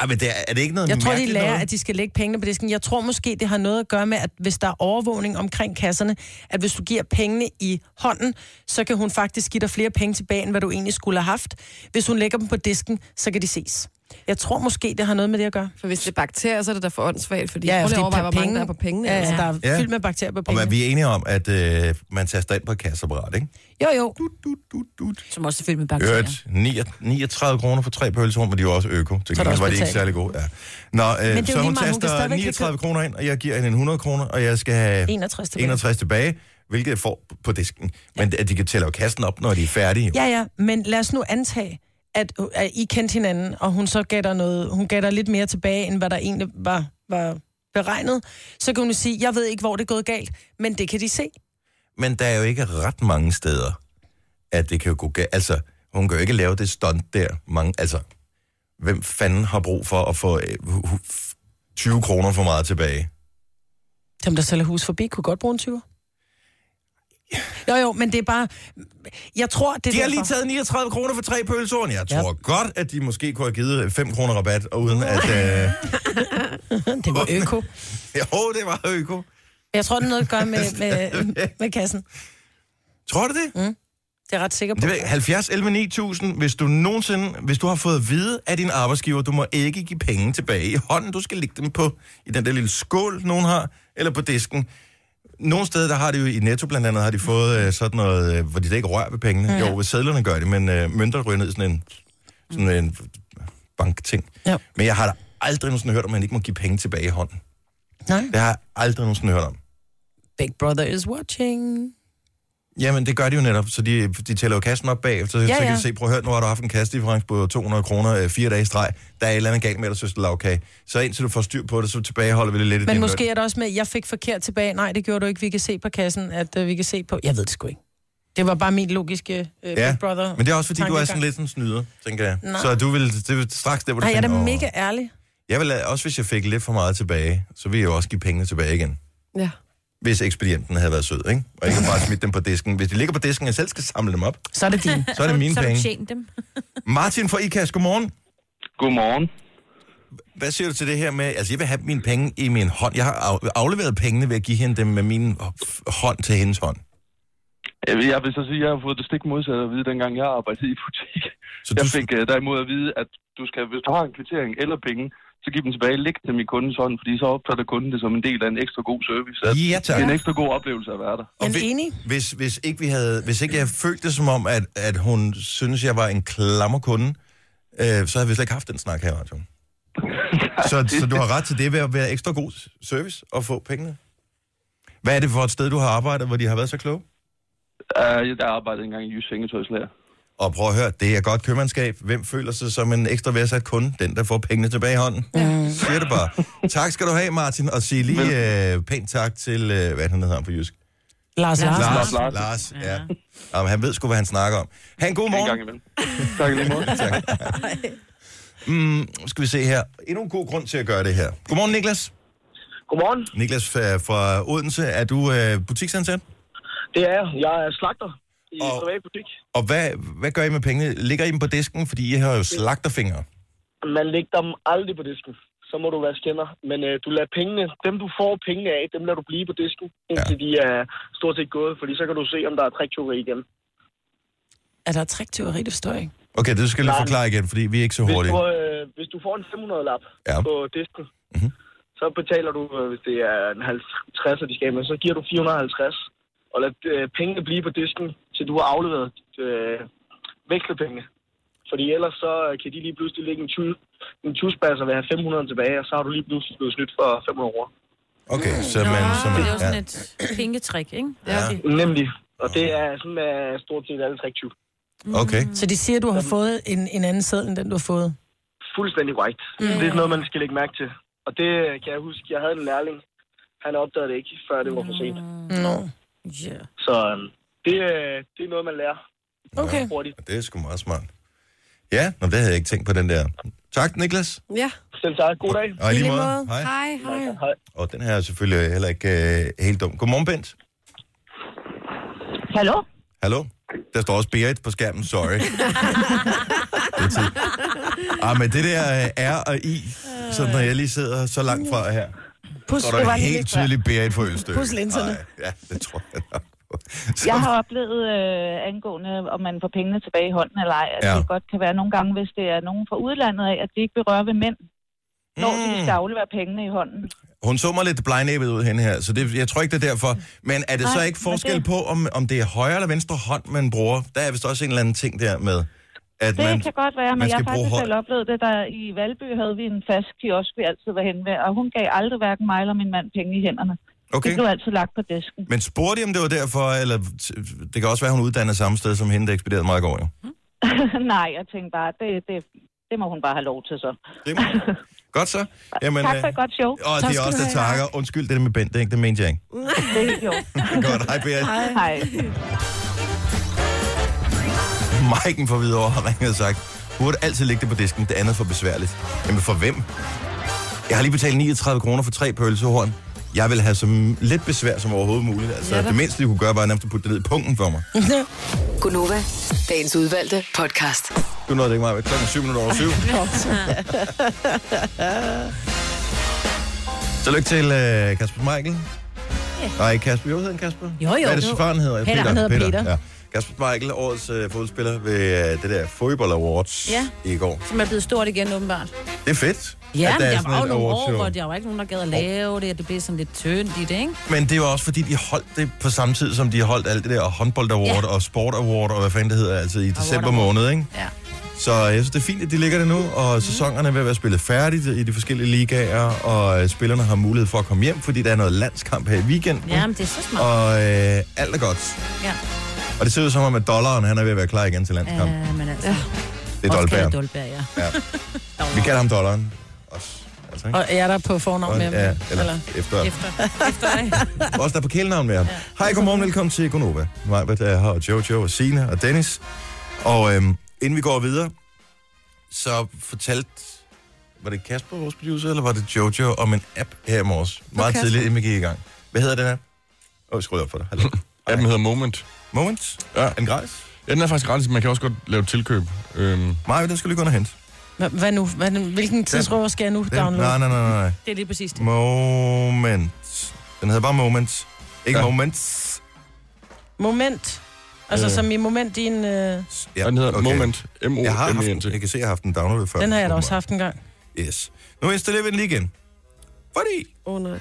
Speaker 1: Ej, men det er, er det ikke noget
Speaker 3: Jeg tror, de
Speaker 1: mærkeligt
Speaker 3: lærer,
Speaker 1: noget?
Speaker 3: at de skal lægge pengene på disken. Jeg tror måske, det har noget at gøre med, at hvis der er overvågning omkring kasserne, at hvis du giver pengene i hånden, så kan hun faktisk give dig flere penge tilbage, end hvad du egentlig skulle have haft. Hvis hun lægger dem på disken, så kan de ses. Jeg tror måske, det har noget med det at gøre.
Speaker 2: For hvis det er bakterier, så er det da for åndssvagt, fordi ja, prøv lige at overveje, hvor mange der er på pengene.
Speaker 3: Ja,
Speaker 2: altså.
Speaker 3: altså, der er
Speaker 1: Ja.
Speaker 3: fyldt med bakterier på
Speaker 1: Og hvad,
Speaker 3: pengene.
Speaker 1: vi er enige om, at øh, man taster ind på et kasseapparat, ikke?
Speaker 3: Jo, jo.
Speaker 1: Dut, dut, dut.
Speaker 4: Som også er fyldt med bakterier.
Speaker 1: Hørt 39 kroner for tre pølsehorn, men de var også øko. Til
Speaker 3: også
Speaker 1: gengæld var de ikke
Speaker 3: betalt.
Speaker 1: særlig gode. Ja. Nå,
Speaker 3: er jo
Speaker 1: øh, så
Speaker 3: lige
Speaker 1: hun
Speaker 3: meget, hun kan
Speaker 1: taster
Speaker 3: stadigvæk have
Speaker 1: 39
Speaker 3: købt-
Speaker 1: kroner ind, og jeg giver hende en 100 kroner, og jeg skal have
Speaker 3: 61 tilbage.
Speaker 1: 61 tilbage, hvilket jeg får på disken. Men at de kan tælle jo kassen op, når de er færdige.
Speaker 3: Ja, ja, men lad os nu antage, at, at I kendte hinanden, og hun så gav dig, noget, hun gav dig lidt mere tilbage, end hvad der egentlig var, var beregnet. Så kan hun jo sige, jeg ved ikke, hvor det er gået galt, men det kan de se.
Speaker 1: Men der er jo ikke ret mange steder, at det kan gå galt. Altså, hun kan jo ikke lave det stunt der. Mange, altså, hvem fanden har brug for at få øh, hu- hu- f- 20 kroner for meget tilbage?
Speaker 3: Dem, der sælger hus forbi, kunne godt bruge en 20. Jo, jo, men det er bare... Jeg tror, det er
Speaker 1: De har
Speaker 3: derfor.
Speaker 1: lige taget 39 kroner for tre pølsehorn. Jeg tror godt, at de måske kunne have givet 5 kroner rabat, og uden at... Øh...
Speaker 3: Det var øko.
Speaker 1: Jo, det var øko.
Speaker 3: Jeg tror, det er noget at gøre med, med, med kassen.
Speaker 1: Tror du det? Mm.
Speaker 3: Det er jeg ret sikker på.
Speaker 1: det er 70 11 9000, hvis du nogensinde, hvis du har fået at vide af din arbejdsgiver, du må ikke give penge tilbage i hånden, du skal lægge dem på i den der lille skål, nogen har, eller på disken. Nogle steder, der har de jo i Netto blandt andet, har de fået øh, sådan noget, øh, hvor de da ikke rører ved pengene. Mm. Jo, ved sædlerne gør det, men øh, mønter ryger ned i sådan en, sådan en bankting.
Speaker 3: Ja.
Speaker 1: Men jeg har da aldrig nogensinde hørt, om man ikke må give penge tilbage i hånden.
Speaker 3: Nej.
Speaker 1: Det har jeg aldrig nogensinde hørt om.
Speaker 3: Big Brother is watching.
Speaker 1: Jamen, det gør de jo netop, så de, de tæller jo kassen op bagefter, ja, så
Speaker 3: Ja,
Speaker 1: kan
Speaker 3: ja.
Speaker 1: de se, prøv at høre, nu har du haft en kastdifference på 200 kroner øh, fire dage i streg, der er et eller andet galt med dig, søster lavkage. Så indtil du får styr på det, så tilbageholder vi det lidt i
Speaker 3: Men
Speaker 1: din
Speaker 3: måske
Speaker 1: løn.
Speaker 3: er det også med, at jeg fik forkert tilbage. Nej, det gjorde du ikke. Vi kan se på kassen, at øh, vi kan se på... Jeg ved det sgu ikke. Det var bare min logiske øh,
Speaker 1: Ja,
Speaker 3: Big Brother.
Speaker 1: men det er også fordi, du er
Speaker 3: tankegang.
Speaker 1: sådan lidt sådan en snyder, tænker jeg.
Speaker 3: Nej.
Speaker 1: Så du vil, det vil straks der, hvor du
Speaker 3: Nej, jeg er da
Speaker 1: tænker, "Åh."
Speaker 3: mega ærlig.
Speaker 1: Jeg vil øh, også, hvis jeg fik lidt for meget tilbage, så ville jeg jo også give pengene tilbage igen.
Speaker 2: Ja.
Speaker 1: Hvis ekspedienten havde været sød, ikke? Og ikke bare smidt dem på disken. Hvis de ligger på disken, og jeg selv skal samle dem op,
Speaker 3: Så er det din.
Speaker 1: så er det mine
Speaker 4: så
Speaker 1: penge.
Speaker 4: Så tjent dem.
Speaker 1: Martin fra IKAS, godmorgen.
Speaker 10: Godmorgen.
Speaker 1: Hvad siger du til det her med, altså jeg vil have mine penge i min hånd. Jeg har af- afleveret pengene ved at give hende dem med min f- hånd til hendes hånd.
Speaker 10: Jeg vil- Øh, Jeg vil så sige, at jeg har fået det stik modsatte at vide, dengang jeg arbejdede i butik.
Speaker 1: Så
Speaker 10: Jeg
Speaker 1: du,
Speaker 10: fik uh, derimod at vide, at du skal, hvis du har en kvittering eller penge, så giv dem tilbage, læg dem i kundens hånd, fordi så opfatter kunden det som en del af en ekstra god service. At
Speaker 1: Ja, tak.
Speaker 10: det er en ekstra god oplevelse at være der.
Speaker 1: Og
Speaker 3: Men
Speaker 1: vi-
Speaker 3: enig.
Speaker 1: Hvis, hvis, ikke vi havde, hvis ikke jeg følte det som om, at, at hun synes, jeg var en klammer kunde, øh, så havde vi slet ikke haft den snak her i radioen. så, så du har ret til det ved at være ekstra god service og få pengene. Hvad er det for et sted, du har arbejdet, hvor de har været så kloge?
Speaker 10: Uh, jeg arbejdede engang i Jysk Sengetøjslager.
Speaker 1: Og prøv at høre, det er godt købmandskab. Hvem føler sig som en ekstra værdsat kunde? Den, der får pengene tilbage i hånden. Ja. Siger det bare. Tak skal du have, Martin, og sig lige øh, pænt tak til, øh, hvad han hedder han på jysk?
Speaker 3: Lars Larsen.
Speaker 1: Lars. Lars,
Speaker 10: Lars.
Speaker 1: Lars ja. ja. Jamen, han ved sgu, hvad han snakker om. Ha' en god
Speaker 10: En gang
Speaker 1: morgen.
Speaker 10: imellem. Tak i lige måde.
Speaker 1: Nu Mm, skal vi se her. Endnu en god grund til at gøre det her. Godmorgen, Niklas.
Speaker 11: Godmorgen,
Speaker 1: Niklas øh, fra Odense. Er du øh, butiksansat?
Speaker 11: det er jeg. Jeg er slagter i
Speaker 1: Og-
Speaker 11: en privat butik.
Speaker 1: Og hvad, hvad gør I med pengene? Ligger I dem på disken? Fordi I har jo slagterfingre.
Speaker 11: Man lægger dem aldrig på disken. Så må du være skinner. Men øh, du lader pengene, dem du får pengene af, dem lader du blive på disken, indtil ja. de er stort set gået. Fordi så kan du se, om der er triktyveri igen.
Speaker 3: Er der triktyveri, det forstår jeg ikke.
Speaker 1: Okay, det skal jeg lige
Speaker 11: Nej.
Speaker 1: forklare igen, fordi vi er ikke så
Speaker 11: Hvis
Speaker 1: hurtige.
Speaker 11: du, øh, hvis du får en 500-lap ja.
Speaker 1: Ja. Mhm.
Speaker 11: på disken, mm-hmm. så betaler du, øh, hvis det er en 50, de skal have med, så giver du 450. Og lad øh, pengene blive på disken, til du har afleveret øh, vekslepengene. Fordi ellers så øh, kan de lige pludselig lægge en, tu, en tusbas og være 500 tilbage, og så har du lige pludselig blevet snydt for 500 kroner.
Speaker 1: Okay, så man... Så
Speaker 4: Det
Speaker 1: man
Speaker 4: er jo
Speaker 1: ja.
Speaker 4: sådan et pengetrik, ikke?
Speaker 1: Ja. okay.
Speaker 11: Nemlig. Og det er sådan uh, stort set alle trick
Speaker 1: Okay.
Speaker 3: Mm. Så de siger, at du har fået en, en anden seddel, end den du har fået?
Speaker 11: Fuldstændig right.
Speaker 3: Mm.
Speaker 11: Mm. Det er sådan noget, man skal lægge mærke til. Og det øh, kan jeg huske, jeg havde en lærling. Han opdagede det ikke, før det var for sent.
Speaker 3: Mm. Nå.
Speaker 4: Yeah.
Speaker 11: Så øhm, det, øh, det er noget, man lærer.
Speaker 1: Okay.
Speaker 11: Hurtigt.
Speaker 1: Det er sgu meget smart. Ja, nå, det havde jeg ikke tænkt på, den der. Tak, Niklas.
Speaker 2: Ja.
Speaker 11: Selv tak. God dag.
Speaker 1: Og i lige måde. Hej.
Speaker 2: Hej, hej.
Speaker 1: Og den her er selvfølgelig heller ikke øh, helt dum. Godmorgen, Bent.
Speaker 12: Hallo?
Speaker 1: Hallo? Der står også Berit på skærmen, sorry. ah, men det der øh, R og I, så når jeg lige sidder så langt fra her,
Speaker 12: Pus-
Speaker 1: så er
Speaker 12: det
Speaker 1: der
Speaker 12: var lige
Speaker 1: helt
Speaker 12: lidt før.
Speaker 1: tydeligt Berit for Ølstykke.
Speaker 12: Pus linserne.
Speaker 1: Ej, Ja, det tror jeg nok.
Speaker 12: Jeg har oplevet øh, angående, om man får pengene tilbage i hånden eller ej, at
Speaker 1: Ja.
Speaker 12: ja. det godt kan være nogle gange, hvis det er nogen fra udlandet af, at det ikke berører ved mænd, når
Speaker 1: Mm.
Speaker 12: de skal aflevere pengene i hånden.
Speaker 1: Hun så mig lidt blegnæbet ud henne her, så det, jeg tror ikke, det er derfor. Men er det så
Speaker 12: Nej,
Speaker 1: ikke
Speaker 12: men
Speaker 1: forskel
Speaker 12: det-
Speaker 1: på, om, om det er højre eller venstre hånd, man bruger? Der er vist også en eller anden ting der med, at
Speaker 12: Det
Speaker 1: man...
Speaker 12: man, kan godt være, men
Speaker 1: man
Speaker 12: jeg
Speaker 1: skal
Speaker 12: har
Speaker 1: bruge
Speaker 12: faktisk
Speaker 1: hånd.
Speaker 12: selv oplevet det, der i Valby havde vi en fast kiosk, vi altid var hen ved, og hun gav aldrig hverken mig eller min mand penge i hænderne.
Speaker 1: Okay.
Speaker 12: Det blev altid lagt på disken.
Speaker 1: Men spurgte I, om det var derfor, eller t- det kan også være, at hun uddannede samme sted, som hende, der ekspederede mig i går, jo.
Speaker 12: Nej, jeg tænkte bare, det, det, det må hun bare have lov til så.
Speaker 1: Godt så. Jamen,
Speaker 12: tak for
Speaker 1: øh,
Speaker 12: et godt show.
Speaker 1: Og det er også der takker. Undskyld, det der med Bent, det, er ikke, det mente jeg ikke.
Speaker 12: Det er jo.
Speaker 1: Godt, hej Berit.
Speaker 12: Hej.
Speaker 1: Maiken fra Hvidovre har ringet og sagt, burde altid ligge det på disken, det andet er for besværligt. Jamen for hvem? Jeg har lige betalt 39 kroner for tre pølsehorn. Jeg vil have så m- lidt besvær som overhovedet muligt. Altså,
Speaker 8: Ja
Speaker 1: ja,
Speaker 8: da.
Speaker 1: det mindste, de kunne gøre, var nærmest at putte det ned i punkten for mig.
Speaker 8: Gunova, dagens udvalgte podcast.
Speaker 1: Du nåede det ikke meget. Klokken er syv minutter over syv. Tillykke til øh, Kasper Michael.
Speaker 4: Ja.
Speaker 1: Nej, Kasper. Jo, hedder han Kasper?
Speaker 4: Jo, jo.
Speaker 1: Hvad er det,
Speaker 4: Jo.
Speaker 1: faren hedder?
Speaker 4: Peter, han hedder Peter.
Speaker 1: Ja. Kasper Michael, årets øh, fodspiller ved øh, det der Fodbold Awards
Speaker 4: Ja.
Speaker 1: i går.
Speaker 4: Som er blevet stort igen, åbenbart.
Speaker 1: Det er fedt.
Speaker 4: Ja,
Speaker 1: at
Speaker 4: men
Speaker 1: er
Speaker 4: der
Speaker 1: sådan
Speaker 4: var jo
Speaker 1: et
Speaker 4: nogle år,
Speaker 1: awardshow.
Speaker 4: hvor der var ikke nogen, der gad at lave det, og det blev sådan lidt tyndt i det, ikke?
Speaker 1: Men det var også, fordi de holdt det på samme tid, som de holdt alt det der håndbold award
Speaker 4: Ja.
Speaker 1: og sport award og hvad fanden det hedder, altså i december måned, ikke?
Speaker 4: Ja.
Speaker 1: Så jeg synes, det er fint, at de ligger der nu,
Speaker 4: Mhm.
Speaker 1: og sæsonerne er ved at være spillet færdigt i de forskellige ligaer, og øh, spillerne har mulighed for at komme hjem, fordi der er noget landskamp her i weekenden.
Speaker 4: Ja, men det er så smart.
Speaker 1: Og øh, alt er godt.
Speaker 4: Ja.
Speaker 1: Og det ser ud som om, at dollaren han er ved at være klar igen til landskamp.
Speaker 4: Ja, men altså. Ja.
Speaker 1: det er Dolberg.
Speaker 4: Dolberg, ja.
Speaker 1: Ja. Vi kalder ham dollaren. Også, altså, ikke?
Speaker 3: Og er der på fornavn med ham?
Speaker 1: ja, eller, eller efter.
Speaker 4: Efter. Efter dig.
Speaker 1: Også der er på kælenavn med ham. Ja. Hej, godmorgen, velkommen til Gonova. Mig, hvad der er her, og Jojo og Sina og Dennis. Og øhm, inden vi går videre, så fortalte, var det Kasper, vores producer, eller var det Jojo om en app her i morges? Meget
Speaker 13: Kasper.
Speaker 1: tidligt, inden vi gik i gang. Hvad hedder den app? Åh, oh, skru op for dig. Hallo.
Speaker 13: Ja, den hedder Moment.
Speaker 1: Moment?
Speaker 13: Ja.
Speaker 1: En gratis?
Speaker 13: Ja, den er faktisk gratis. Man kan også godt lave tilkøb. Øhm.
Speaker 1: Nej, den skal lige gå under hente.
Speaker 3: Hva- Hvad nu? Hvad, nu? hvilken tidsrøver skal jeg nu
Speaker 1: Den, nej,
Speaker 3: downloade?
Speaker 1: nej, nej, Mm. nej.
Speaker 4: Det er lige præcis det.
Speaker 1: Moment. Den hedder bare Moment. Ikke
Speaker 13: Ja.
Speaker 1: ja. Moments.
Speaker 3: Moment. Altså
Speaker 1: Øh.
Speaker 3: som i moment din... Øh,
Speaker 1: Ja, den hedder
Speaker 13: Moment. m o
Speaker 1: Jeg har
Speaker 13: m E
Speaker 1: haft den. Jeg kan se, at jeg har haft den downloadet før.
Speaker 3: den har jeg da også haft en gang.
Speaker 1: Yes. Nu installerer vi den lige igen. Fordi...
Speaker 2: Åh oh, nej.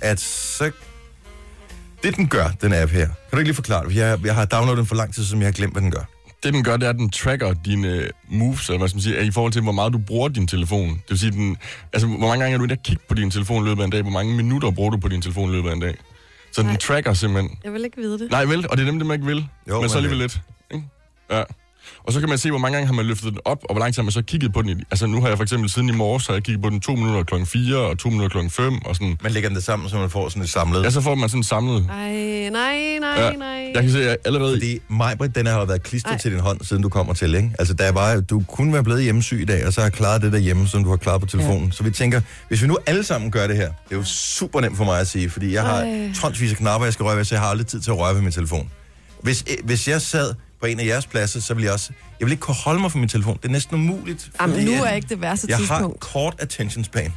Speaker 1: At så... Det, den gør, den app her. Kan du ikke lige forklare det? For Jeg, jeg har downloadet den for lang tid, som jeg har glemt, hvad den gør.
Speaker 13: Det, den gør, det er, at den tracker dine moves, eller hvad skal man sige, i forhold til, hvor meget du bruger din telefon. Det vil sige, den, altså, hvor mange gange er du inde og kigge på din telefon i løbet af en dag, hvor mange minutter bruger du på din telefon i løbet af en dag. Så den tracker simpelthen.
Speaker 2: Jeg vil ikke vide det.
Speaker 13: Nej, vel? Og det er nemlig det, man ikke vil. Jo, men så alligevel lidt. Ikke? Ja. Og så kan man se, hvor mange gange har man løftet den op, og hvor lang tid har man så kigget på den. i- Altså nu har jeg for eksempel siden i morges, har jeg kigget på den to minutter klokken 4 og to minutter klokken 5 og sådan.
Speaker 1: Man lægger den det sammen, så man får sådan et samlet.
Speaker 13: Ja, så får man sådan et samlet.
Speaker 2: Ej, nej, nej,
Speaker 1: Ja.
Speaker 2: nej.
Speaker 13: kan se, at jeg allerede...
Speaker 1: Fordi Majbrit, den har jo været klistret
Speaker 2: Ej.
Speaker 1: til din hånd, siden du kommer til, ikke? Altså, der er bare, du kunne være blevet hjemmesyg i dag, og så har klaret det derhjemme, som du har klaret på telefonen. Så vi tænker, hvis vi nu alle sammen gør det her, det er jo super nemt for mig at sige, fordi jeg har
Speaker 13: Ej.
Speaker 1: tonsvis af knapper, jeg skal røre ved, så jeg har aldrig tid til at røre ved min telefon. Hvis, eh, hvis jeg sad på en af jeres pladser, så ville jeg også... Jeg ville ikke kunne holde mig for min telefon. Det er næsten umuligt.
Speaker 2: Jamen,
Speaker 1: fordi
Speaker 2: nu
Speaker 1: jeg-
Speaker 2: er ikke det værste
Speaker 1: Jeg har
Speaker 2: tidspunkt.
Speaker 1: kort attention span.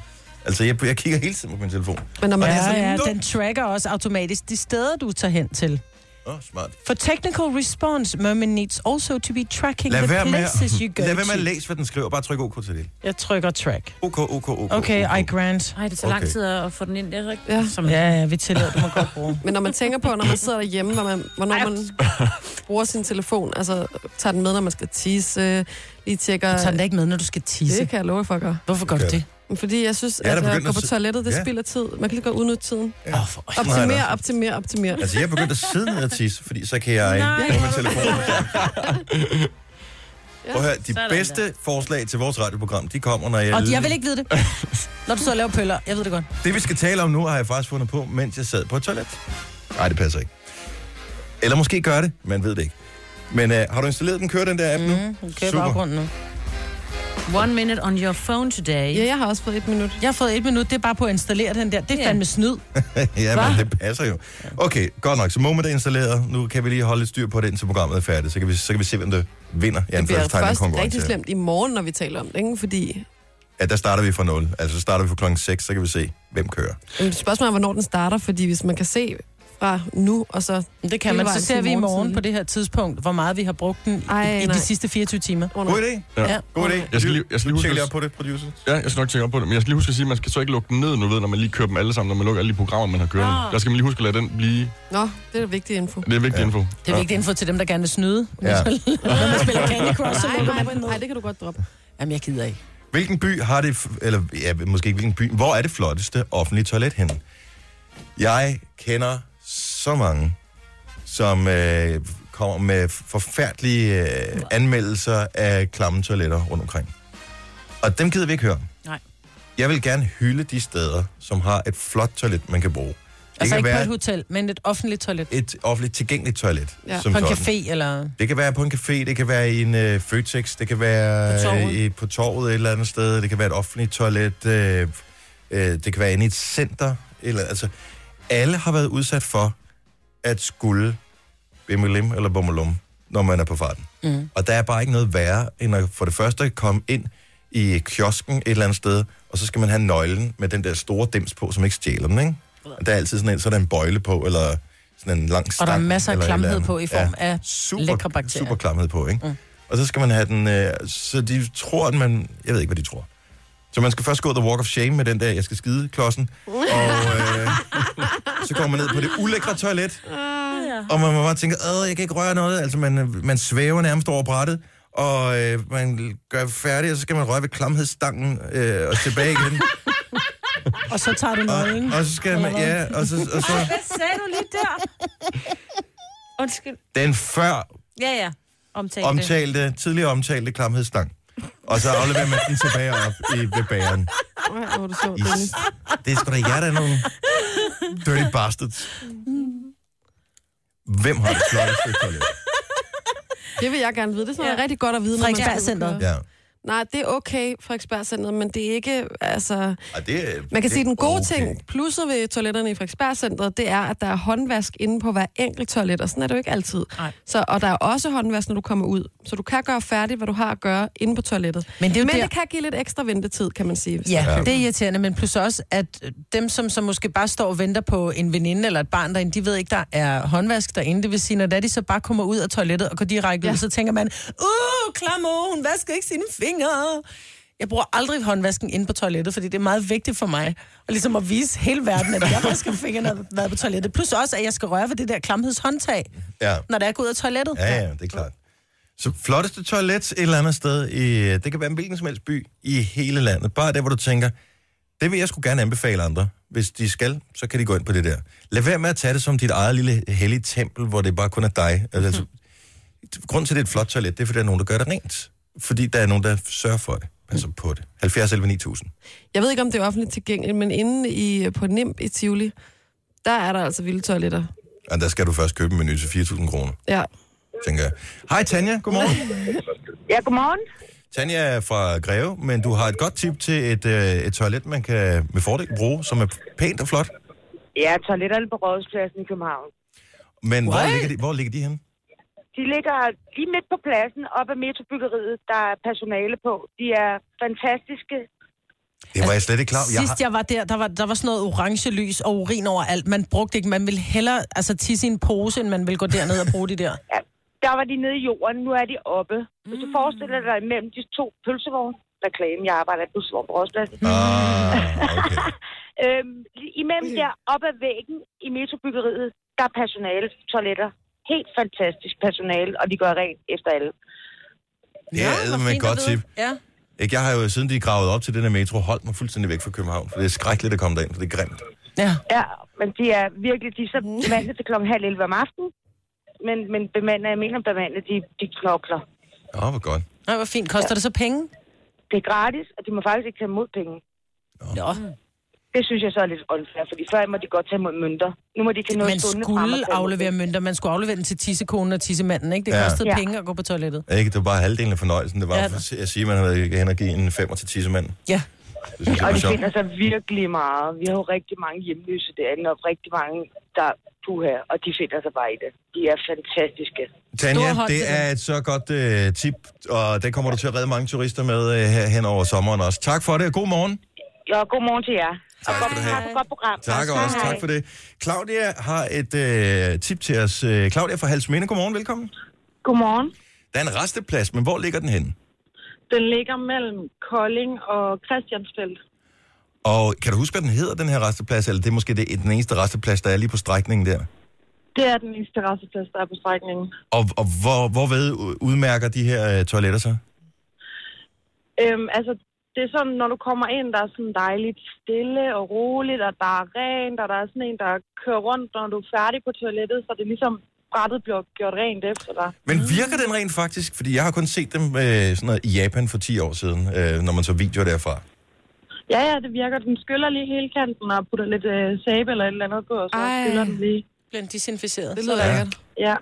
Speaker 1: Altså, jeg, jeg kigger hele tiden på min telefon.
Speaker 3: Men når man
Speaker 1: Og det
Speaker 3: ja,
Speaker 1: så
Speaker 3: ja,
Speaker 1: dumt.
Speaker 3: den tracker også automatisk de steder, du tager hen til.
Speaker 1: Åh, oh, smart.
Speaker 3: For technical response, Merman needs also to be tracking
Speaker 1: Lad
Speaker 3: the
Speaker 1: være, med,
Speaker 3: places you
Speaker 1: at-
Speaker 3: go
Speaker 1: lad være med at
Speaker 3: to.
Speaker 1: læse, hvad den skriver. Bare tryk OK til det.
Speaker 3: Jeg trykker track.
Speaker 1: OK, OK, OK.
Speaker 3: Okay, I grant.
Speaker 4: Nej, det tager lang tid at få den ind, det er rigtigt.
Speaker 2: Ja.
Speaker 4: Som,
Speaker 3: Ja, ja, vi tillader, du må godt bruge.
Speaker 2: Men når man tænker på, når man sidder derhjemme, når man, hvornår man bruger sin telefon, altså tager den med, når man skal tisse, lige tjekker...
Speaker 3: Du tager den da ikke med, når du skal tisse.
Speaker 2: Det kan jeg love jer for at gøre.
Speaker 3: Hvorfor gør du det?
Speaker 2: Fordi jeg synes,
Speaker 1: Jeg er da
Speaker 2: at at
Speaker 1: begyndt
Speaker 2: gå
Speaker 1: at
Speaker 2: på
Speaker 1: se-
Speaker 2: toilettet, det
Speaker 1: Ja.
Speaker 2: ja. spilder tid. Man kan lige gå og udnytte tiden.
Speaker 1: Ja. Nej,
Speaker 2: Optimer,
Speaker 1: nej.
Speaker 2: optimer, optimer.
Speaker 1: Altså, jeg er begyndt at sidde ned og tisse, fordi så kan jeg
Speaker 2: Nej.
Speaker 1: nå med telefonen. Prøv at høre, de
Speaker 3: Sådan der.
Speaker 1: bedste forslag til vores radioprogram, de kommer, når jeg...
Speaker 3: Og jeg vil ikke vide det. Når du så laver pøller, jeg ved det godt.
Speaker 1: Det, vi skal tale om nu, har jeg faktisk fundet på, mens jeg sad på et toilet. Nej, det passer ikke. Eller måske gør det, man ved det ikke. Men øh, har du installeret den? Kører den der app nu? Mm,
Speaker 4: kører i baggrunden
Speaker 3: nu.
Speaker 4: One minute on your phone today.
Speaker 2: Ja, jeg har også fået et minut.
Speaker 3: Jeg har fået et minut, det er bare på at installere den der. Det er fandme snyd.
Speaker 1: ja, men
Speaker 3: Hva?
Speaker 1: det passer jo. Okay, godt nok. Så Moment er installeret. Nu kan vi lige holde lidt styr på det, indtil programmet er færdigt. Så kan vi, så kan vi se, hvem der vinder i
Speaker 2: Det bliver
Speaker 1: anførselstegn af
Speaker 2: først rigtig
Speaker 1: konkurrence.
Speaker 2: slemt i morgen, når vi taler om det, ikke? Fordi
Speaker 1: Ja, der starter vi fra 0. Altså, så starter vi fra klokken 6, så kan vi se, hvem kører.
Speaker 2: øhm, spørgsmålet er, hvornår den starter, fordi hvis man kan se fra nu, og så...
Speaker 3: Det kan man. Så ser vi i morgen på det her tidspunkt, hvor meget vi har brugt den i,
Speaker 2: Ej,
Speaker 3: i
Speaker 2: nej.
Speaker 3: de sidste 24 timer.
Speaker 13: God idé.
Speaker 3: Ja.
Speaker 1: God idé.
Speaker 13: Jeg skal lige, jeg skal lige huske,
Speaker 1: Tjek lige op på det, producer.
Speaker 13: Ja, jeg skal nok tjekke op på det. Men jeg skal lige huske at sige, at man skal så ikke lukke den ned, nu ved, når man lige kører dem alle sammen, når man lukker alle de programmer, man har kørende.
Speaker 3: Ah.
Speaker 13: Der skal man lige huske at lade den blive.
Speaker 2: Nå, det er vigtig info.
Speaker 13: Det er vigtig ja. info.
Speaker 3: Det er vigtig info til dem, der gerne vil snyde.
Speaker 13: Ja.
Speaker 3: Når man spiller Candy Crush, så
Speaker 2: Nej,
Speaker 3: lukker
Speaker 2: nej,
Speaker 3: man den ned.
Speaker 2: nej, det kan du godt droppe.
Speaker 3: Jamen, jeg gider ikke.
Speaker 1: Hvilken by har det, f- eller ja, måske ikke hvilken by, hvor er det flotteste offentlige toilet henne? Jeg kender så mange, som øh, kommer med forfærdelige øh, anmeldelser af klamme toiletter rundt omkring. Og dem gider vi ikke høre.
Speaker 4: Nej.
Speaker 1: Jeg vil gerne hylde de steder, som har et flot toilet, man kan bruge. Det
Speaker 3: Altså
Speaker 1: kan
Speaker 3: ikke på
Speaker 1: være
Speaker 3: et hotel, men et offentligt toilet.
Speaker 1: et offentligt tilgængeligt toilet.
Speaker 3: Ja.
Speaker 1: som
Speaker 3: På en
Speaker 1: sådan.
Speaker 3: café eller...
Speaker 1: Det kan være på en café, det kan være i en øh, Føtex, det kan være
Speaker 3: På torvet.
Speaker 1: øh, i- på torvet et eller andet sted, det kan være et offentligt toilet, øh, øh, det kan være inde i et center. Eller, altså, alle har været udsat for at skulle bimmelim eller bummelum, når man er på farten.
Speaker 3: Mm.
Speaker 1: Og der er bare ikke noget værre, end at for det første komme ind i kiosken et eller andet sted, og så skal man have nøglen med den der store dims på, som ikke stjæler den, ikke? Og Der er altid sådan en, så er der en bøjle på, eller sådan en lang
Speaker 3: Og
Speaker 1: stang.
Speaker 3: der er masser af
Speaker 1: eller et eller
Speaker 3: klamhed
Speaker 1: andet.
Speaker 3: på i form
Speaker 1: Ja
Speaker 3: af lækre bakterier.
Speaker 1: super klamhed på, ikke? Mm. Og så skal man have den, øh, så de tror, at man, jeg ved ikke, hvad de tror. Så man skal først gå the walk of shame med den der, jeg skal skide klodsen, og øh, så kommer man ned på det ulækre toilet, og man må bare tænke, øh, jeg kan ikke røre noget, altså man, man svæver nærmest over brættet, og øh, man gør færdig, og så skal man røre ved klamhedsstangen øh, og tilbage igen.
Speaker 3: Og så tager du nøglen.
Speaker 1: og så skal man, ja, og så, og så
Speaker 4: Hvad sagde du lige der? Undskyld.
Speaker 1: den før
Speaker 4: Ja, ja. Omtale
Speaker 1: omtalte, tidligere omtalte klamhedsstang. Og så afleverer man den tilbage op i, ved bageren.
Speaker 2: Ej, hvor er du så
Speaker 1: Is. Det er sgu da jer, der er nogle dirty bastards. Hvem har det flotteste toilet?
Speaker 2: Det vil jeg gerne vide. Det er sådan noget ja. rigtig godt at vide, når man
Speaker 3: Frederiksbergcenteret.
Speaker 1: Ja.
Speaker 2: Nej, det er okay, Frederiksbergcenteret, men det er ikke, altså...
Speaker 1: Ej, det, er-
Speaker 2: Man kan
Speaker 1: det
Speaker 2: sige,
Speaker 1: er
Speaker 2: den gode
Speaker 1: okay.
Speaker 2: ting, plusset ved toiletterne i Frederiksbergcenteret, det er, at der er håndvask inde på hver enkelt toilet, og sådan er det jo ikke altid.
Speaker 3: Nej.
Speaker 2: Så, og der er også håndvask, når du kommer ud. Så du kan gøre færdigt, hvad du har at gøre inde på toilettet.
Speaker 3: Men det er jo
Speaker 2: men
Speaker 3: der-
Speaker 2: det kan give lidt ekstra ventetid, kan man sige. hvis
Speaker 3: Ja,
Speaker 2: man køber.
Speaker 3: det er irriterende, men plus også, at øh, dem, som, som måske bare står og venter på en veninde eller et barn derinde, de ved ikke, der er håndvask derinde. Det vil sige, når det er, de så bare kommer ud af toilettet og går direkte ja. ud, så tænker man, uh, klammer, hun vasker ikke sine fingre. Jeg bruger aldrig håndvasken inde på toilettet, fordi det er meget vigtigt for mig. Og ligesom at vise hele verden, at jeg vasker fingrene, når jeg har været på toilettet. Plus også, at jeg skal røre ved det der klamhedshåndtag,
Speaker 1: Ja.
Speaker 3: når det er gået ud af toilettet.
Speaker 1: Ja, ja, det er klart. Så flotteste toilet et eller andet sted, i, det kan være en hvilken som helst by i hele landet. Bare der, hvor du tænker, det vil jeg sgu gerne anbefale andre. Hvis de skal, så kan de gå ind på det der. Lad være med at tage det som dit eget lille hellige tempel, hvor det bare kun er dig. Altså, mm. Grunden til, at det er et flot toilet, det er, fordi der er nogen, der gør det rent. Fordi der er nogen, der sørger for det. Altså på det. 70 11 9000.
Speaker 2: Jeg ved ikke, om det er offentligt tilgængeligt, men inde i, på NIMP i Tivoli, der er der altså vilde toiletter.
Speaker 1: Og der skal du først købe en menu til 4.000 kroner,
Speaker 2: Ja.
Speaker 1: tænker jeg. Hej Tanja, godmorgen.
Speaker 14: Ja, godmorgen.
Speaker 1: Tanja er fra Greve, men du har et godt tip til et, øh, et toilet, man kan med fordel bruge, som er pænt og flot.
Speaker 14: Ja, toiletterne på Rådhuspladsen i København.
Speaker 1: Men hvor
Speaker 14: What?
Speaker 1: ligger, de, hvor ligger de henne?
Speaker 14: De ligger lige midt på pladsen, op ad metrobyggeriet. Der er personale på. De er fantastiske.
Speaker 1: Det var jeg slet ikke klar over.
Speaker 3: Sidst
Speaker 1: Jeg
Speaker 3: jeg,
Speaker 1: har-
Speaker 3: jeg var der, der var, der var sådan noget orange lys og urin overalt. Man brugte ikke, man ville hellere altså, tisse i en pose, end man ville gå derned og bruge det der.
Speaker 14: Ja, der var de nede i jorden, nu er de oppe. Hvis
Speaker 1: Mm.
Speaker 14: du forestiller dig imellem de to pølsevogne, reklame, jeg arbejder i pølsevogn på Rådspladsen.
Speaker 1: Ah,
Speaker 14: okay. øhm, lige imellem
Speaker 1: Mm.
Speaker 14: der, op ad væggen i metrobyggeriet, der er personale toiletter. Helt fantastisk personale, og de gør rent efter alle.
Speaker 1: Det er ja, et godt tip.
Speaker 3: Ja.
Speaker 1: Ikke, jeg har jo, siden de gravede op til den her metro, holdt mig fuldstændig væk fra København, for det er skrækkeligt at komme derind, for det er grimt.
Speaker 3: Ja.
Speaker 14: ja, men de er virkelig, de er så bemandet til klokken halv 11 om aftenen. Men, men bemandet, jeg mener bemandet, de, de knokler.
Speaker 1: Åh, oh, hvor godt.
Speaker 3: Nej, hvor fint. Koster ja. det så penge?
Speaker 14: Det er gratis, og de må faktisk ikke tage imod penge.
Speaker 3: Nå.
Speaker 14: Det synes jeg så er lidt unfair, fordi før må de godt tage imod mønter. Nu må de ikke have noget
Speaker 3: Man
Speaker 14: stående frem og tage
Speaker 3: skulle
Speaker 14: imod
Speaker 3: aflevere mønter. Man skulle aflevere den til tissekonen og tissemanden, ikke? Det
Speaker 1: Ja.
Speaker 3: kostede
Speaker 1: Ja.
Speaker 3: penge at gå på toilettet.
Speaker 1: Ikke, det var bare halvdelen af fornøjelsen. Det var
Speaker 3: Ja.
Speaker 1: ja. for at sige, at man har været hen og give en femmer til tissemanden.
Speaker 3: Ja.
Speaker 1: Det synes
Speaker 14: Og
Speaker 1: jeg var
Speaker 14: de
Speaker 1: sjovt.
Speaker 14: finder sig virkelig meget. Vi har jo rigtig mange hjemløse derinde, og rigtig mange, der du her, og de finder sig bare i det. De er fantastiske.
Speaker 1: Tanja, det er et så godt øh, tip, og det kommer du til at redde mange turister med øh, her hen over sommeren også. Tak for det, og god morgen.
Speaker 14: Ja, god morgen til jer.
Speaker 1: Tak skal du have.
Speaker 14: Tak for et godt program.
Speaker 1: Tak
Speaker 14: Hej,
Speaker 1: også,
Speaker 14: hej.
Speaker 1: tak for det. Claudia har et øh, tip til os. Øh, Claudia fra Halsminde, godmorgen, velkommen.
Speaker 15: Godmorgen.
Speaker 1: Der er en resteplads, men hvor ligger den henne?
Speaker 15: Den ligger mellem Kolding og Christiansfeldt.
Speaker 1: Og kan du huske, hvad den hedder, den her resteplads? Eller det er måske det, den eneste resteplads, der er lige på strækningen der.
Speaker 15: Det er den eneste resteplads, der er på strækningen.
Speaker 1: Og, og hvor, hvor ved u- udmærker de her øh, toiletter sig?
Speaker 15: Øhm, altså, det er sådan, når du kommer ind, der er sådan dejligt stille og roligt, og der er rent, og der er sådan en, der kører rundt, når du er færdig på toilettet, så det er ligesom brættet bliver gjort rent efter dig.
Speaker 1: Men virker den rent faktisk? Fordi jeg har kun set dem øh, sådan noget, i Japan for 10 år siden, øh, når man så videoer derfra.
Speaker 15: Ja, ja, det virker. Den skyller lige hele kanten og putter lidt øh, sæbe eller et eller andet på, og så
Speaker 3: Ej.
Speaker 15: skyller den lige.
Speaker 3: Bliver den desinficeret? Det
Speaker 15: lyder
Speaker 1: lækkert.
Speaker 15: Ja.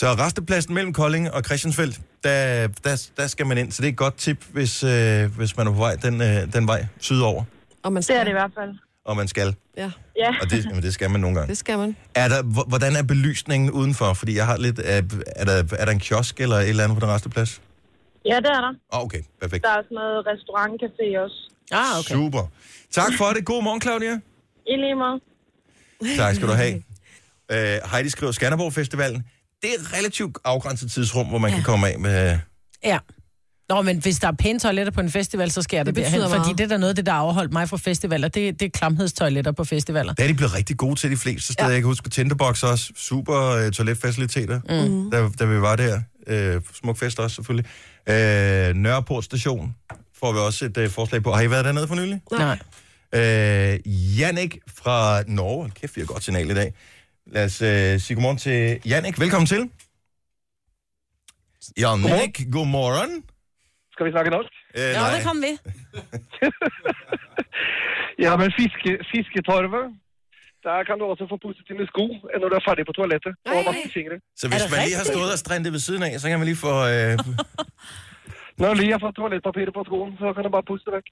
Speaker 1: Så restepladsen mellem Kolding og Christiansfeldt, der, der, der skal man ind. Så det er et godt tip, hvis, øh, hvis man er på vej den, øh, den vej sydover,
Speaker 2: Og man skal.
Speaker 15: Det er det i hvert fald.
Speaker 1: og man skal.
Speaker 2: Ja.
Speaker 15: Ja.
Speaker 1: Og det, jamen, det skal man nogle gange.
Speaker 2: Det skal man.
Speaker 1: Er der, hvor- hvordan er belysningen udenfor? Fordi jeg har lidt... Er, er, der, er der en kiosk eller et eller andet på den resteplads?
Speaker 15: Ja, det er der.
Speaker 1: Åh, okay. Perfekt.
Speaker 15: Der er sådan noget restaurantcafé også.
Speaker 3: Ah,
Speaker 1: Super. Tak for det. God morgen, Claudia.
Speaker 15: I lige meget.
Speaker 1: Tak skal du have. Uh, Heidi skriver Skanderborg Festivalen. Det er et relativt afgrænset tidsrum, hvor man ja. kan komme af med...
Speaker 3: Ja. Nå, men hvis der er pæne toiletter på en festival, så skal jeg da
Speaker 2: Det betyder
Speaker 3: derhen. Fordi
Speaker 2: meget.
Speaker 3: det er da noget af det, der har afholdt mig fra festivaler. Det, det er klamhedstoiletter på festivaler.
Speaker 1: Der er de blevet rigtig gode til de fleste steder. Ja. Jeg kan huske Tinderbox også. Super uh, toiletfaciliteter,
Speaker 3: Mhm.
Speaker 1: mm. der, der vi var der. Uh, smuk fest også, selvfølgelig. Uh, Nørreport Station får vi også et uh, forslag på. Har I været dernede for nylig?
Speaker 3: Nej.
Speaker 1: Øh, Jannik fra Norge. Hold Kæft, vi har et godt signal i dag. Lad os øh, sige godmorgen til Jannik. Velkommen til. Jannik, godmorgen.
Speaker 16: Skal vi snakke norsk?
Speaker 1: Øh,
Speaker 3: Ja, det kom vi.
Speaker 16: Ja, men fiske, fisketorve, der kan du også få positive sko, når du er færdig på toilettet. Og vaske fingre.
Speaker 1: Så hvis man lige har stået og strindet ved siden af, så kan man lige få... Øh,
Speaker 16: Når du lige har fået toiletpapiret på skoen, så kan du bare puste væk.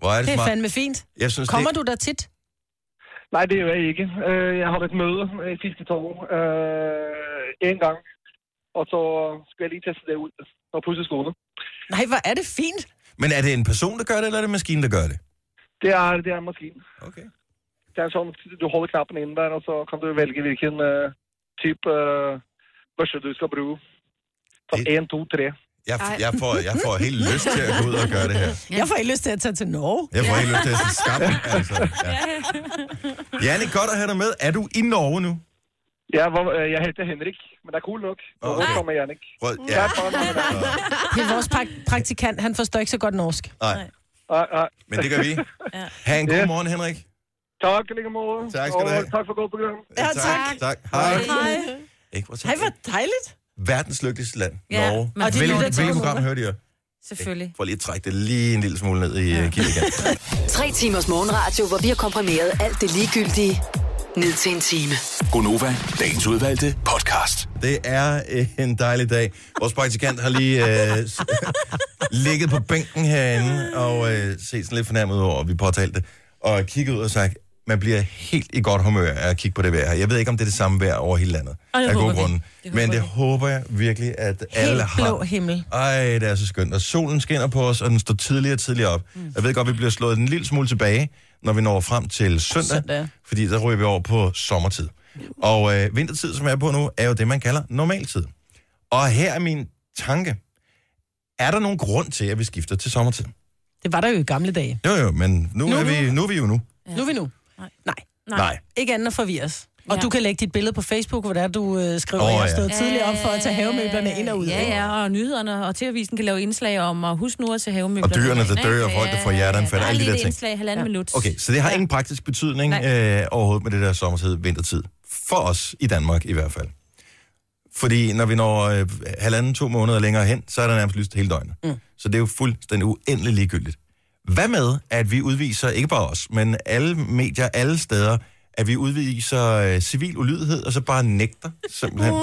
Speaker 1: hvor er det
Speaker 3: Det er
Speaker 1: smart.
Speaker 3: fandme fint.
Speaker 1: Jeg synes,
Speaker 3: Kommer
Speaker 1: det...
Speaker 3: du der tit?
Speaker 16: Nej, det gjør jeg ikke. Øh, Jeg har et møde i fisketorve øh, en gang, og så skal jeg lige teste det ud og pusse skoene.
Speaker 3: Nej, hvor er det fint.
Speaker 1: Men er det en person, der gør det, eller er det maskinen, der gør det?
Speaker 16: Det er, det er en maskine.
Speaker 1: Okay.
Speaker 16: Det er sådan, du holder knappen inde der, og så kan du vælge hvilken øh, type øh, børste du skal bruge. Så 1, 2, 3.
Speaker 1: Jeg, jeg, får, jeg får helt lyst til at gå ud og gøre det her.
Speaker 3: Jeg får helt lyst til at tage til Norge.
Speaker 1: Jeg får helt lyst til at sige skam. Altså. Ja. Jannik, godt at have dig med. Er du i Norge nu?
Speaker 16: Ja, hvor, øh, jeg hedder Henrik, men det er cool nok. Og hvor kommer Jannik?
Speaker 1: Prøv,
Speaker 16: Ja,
Speaker 1: ja.
Speaker 16: bare med dig.
Speaker 3: Det er vores prak- praktikant. Han forstår ikke så godt norsk.
Speaker 1: Nej,
Speaker 16: Nej, nej.
Speaker 1: men det gør vi. Ha' en god morgen, Henrik.
Speaker 16: Tak, i lige måde.
Speaker 1: Tak skal du have.
Speaker 16: Og tak for godt program.
Speaker 3: Ja, tak.
Speaker 1: Tak. Hej.
Speaker 3: Hej.
Speaker 1: Ikke, hvor
Speaker 3: Hej, hvor dejligt.
Speaker 1: verdens lykkeligste land,
Speaker 3: Ja,
Speaker 1: ja, Norge.
Speaker 3: men de
Speaker 1: Hvilken-
Speaker 3: lytter til
Speaker 1: Hvilket
Speaker 3: Europa.
Speaker 1: program hørte jeg?
Speaker 4: Selvfølgelig.
Speaker 1: For lige at trække det lige en lille smule ned i ja. kirken.
Speaker 8: Tre timers morgenradio, hvor vi har komprimeret alt det ligegyldige ned til en time.
Speaker 9: Gonova, dagens udvalgte podcast.
Speaker 1: Det er øh, en dejlig dag. Vores praktikant har lige øh, s- ligget på bænken herinde og øh, set sådan lidt fornærmet over, at vi påtalte det, og kigget ud og sagt, Man bliver helt i godt humør af at kigge på det vejr her. Jeg ved ikke, om det er det samme vejr over hele landet.
Speaker 3: Ej, jeg
Speaker 1: af
Speaker 3: håber
Speaker 1: gode
Speaker 3: det.
Speaker 1: grunde.
Speaker 3: Jeg
Speaker 1: Men
Speaker 3: håber
Speaker 1: det
Speaker 3: det.
Speaker 1: håber jeg virkelig, at alle
Speaker 3: Helt
Speaker 1: har.
Speaker 3: blå himmel.
Speaker 1: Ej, det er så skønt. Og solen skinner på os, og den står tidligere og tidligere op. Mm. Jeg ved godt, vi bliver slået en lille smule tilbage, når vi når frem til søndag.
Speaker 3: Søndag.
Speaker 1: Fordi der ryger vi over på sommertid. Og øh, vintertid, som jeg er på nu, er jo det, man kalder normaltid. Og her er min tanke. Er der nogen grund til, at vi skifter til sommertid?
Speaker 3: Det var der jo i gamle dage.
Speaker 1: Jo, jo, men nu,
Speaker 3: Nu
Speaker 1: nu, er,
Speaker 3: nu.
Speaker 1: vi, nu er vi jo nu.
Speaker 3: Ja. Nu er vi nu. Nej. Nej.
Speaker 1: Nej.
Speaker 3: Ikke andet at forvirre os. Og ja. du kan lægge dit billede på Facebook, hvor det er, du øh, skriver,
Speaker 1: Åh,
Speaker 3: oh, jeg har
Speaker 1: ja.
Speaker 3: stået tidligere op for at tage havemøblerne ind og ud.
Speaker 4: Ja,
Speaker 3: ikke?
Speaker 4: ja, og nyhederne og TV-avisen kan lave indslag om, og husk nu at tage havemøblerne.
Speaker 1: Og dyrene, der
Speaker 4: ind, ikke?
Speaker 1: dør, og folk, der får hjerteanfald,
Speaker 4: Der er
Speaker 1: alle de
Speaker 4: lige
Speaker 1: der
Speaker 4: et
Speaker 1: ting.
Speaker 4: indslag i halvanden minut.
Speaker 1: Okay, så det har ingen praktisk betydning øh, overhovedet med det der sommertid, vintertid. For os i Danmark i hvert fald. Fordi når vi når øh, halvanden, to måneder længere hen, så er der nærmest lyst hele døgnet. Mm. Så det er jo fuldstændig uendelig ligegyldigt. Hvad med, at vi udviser, ikke bare os, men alle medier, alle steder, at vi udviser øh, civil ulydighed, og så bare nægter simpelthen.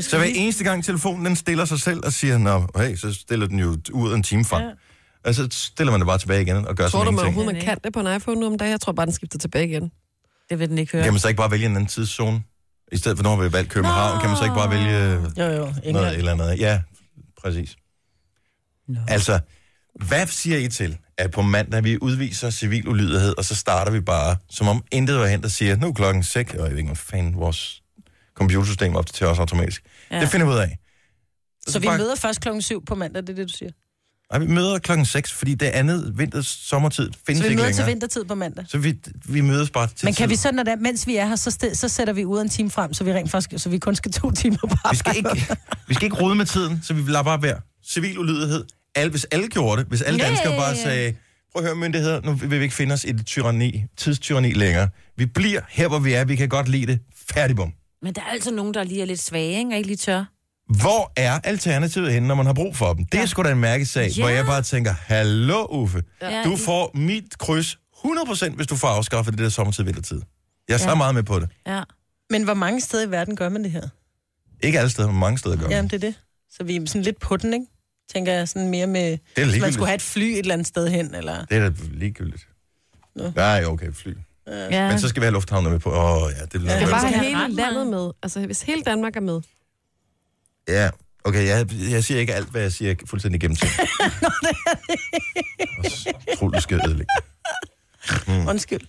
Speaker 1: så hver eneste gang telefonen den stiller sig selv og siger, nå, hey, så stiller den jo ud en time frem. Ja. Og så stiller man det bare tilbage igen og gør
Speaker 2: Tror
Speaker 1: sådan
Speaker 2: du, man
Speaker 1: ingenting.
Speaker 2: overhovedet man kan det på en iPhone nu om dagen? Jeg tror bare, den skifter tilbage igen.
Speaker 4: Det vil den ikke
Speaker 1: Kan man så ikke bare vælge en anden tidszone? I stedet for, når vi har valgt København, kan man så ikke bare vælge øh,
Speaker 3: Jo, jo.
Speaker 1: noget
Speaker 3: England.
Speaker 1: eller andet? Ja, præcis. No. Altså, hvad siger I til, at på mandag vi udviser civil ulydighed, og så starter vi bare, som om intet var hent og siger, nu er klokken 6, og jeg ved ikke, hvad fanden vores computersystem opdaterer os automatisk.
Speaker 3: Ja.
Speaker 1: Ja. Det finder vi ud af.
Speaker 3: Så vi
Speaker 1: Bare-
Speaker 3: møder først klokken 7 på mandag, det er det, du siger.
Speaker 1: Nej, vi møder klokken 6, fordi det andet vinters sommertid findes
Speaker 3: så vi
Speaker 1: ikke
Speaker 3: møder
Speaker 1: længere.
Speaker 3: til vintertid på mandag.
Speaker 1: Så vi, vi mødes bare til
Speaker 3: Men kan
Speaker 1: tid.
Speaker 3: vi så, når der, mens vi er her, så, sted, så sætter vi ud en time frem, så vi rent faktisk, så vi kun skal to timer på
Speaker 1: Vi skal ikke, vi skal ikke rode med tiden, så vi lader bare være. Civil ulydighed. Alle, hvis alle gjorde det, hvis alle
Speaker 3: Ja,
Speaker 1: danskere
Speaker 3: ja, ja,
Speaker 1: bare
Speaker 3: ja.
Speaker 1: sagde, prøv at høre myndigheder, nu vil vi ikke finde os i det tyranni, tidstyranni længere. Vi bliver her, hvor vi er. Vi kan godt lide det. Færdigbom.
Speaker 4: Men der er altså nogen, der lige er lidt svage, ikke? Og ikke lige tør.
Speaker 1: Hvor er alternativet henne, når man har brug for dem? Det er sgu da en mærkesag,
Speaker 4: Ja.
Speaker 1: hvor jeg bare tænker, hallo Uffe,
Speaker 4: Ja.
Speaker 1: du får mit kryds 100%, hvis du får afskaffet det der sommertid vintertid. Jeg er så
Speaker 3: Ja.
Speaker 1: meget med på det.
Speaker 4: Ja.
Speaker 3: Men hvor mange steder i verden gør man det her?
Speaker 1: Ikke alle steder, men mange steder gør man.
Speaker 3: Jamen, det er det. Så vi er sådan lidt på den, ikke? Tænker jeg sådan mere med,
Speaker 1: da
Speaker 3: hvis man
Speaker 1: ligegyldigt.
Speaker 3: skulle have et fly et eller andet sted hen, eller...
Speaker 1: Det er da ligegyldigt.
Speaker 3: Nå.
Speaker 1: Nej, okay, fly.
Speaker 3: Ja.
Speaker 1: Men så skal vi have lufthavnene med på. Åh, oh, ja, det bliver...
Speaker 2: Man skal
Speaker 1: noget.
Speaker 2: bare have
Speaker 4: Ja.
Speaker 2: hele landet med. Altså, hvis hele Danmark er med.
Speaker 1: Ja, okay, jeg, jeg siger ikke alt, hvad jeg siger, er fuldstændig gennemtænkt. Utrolig skal ødelægge. Mm.
Speaker 3: Undskyld.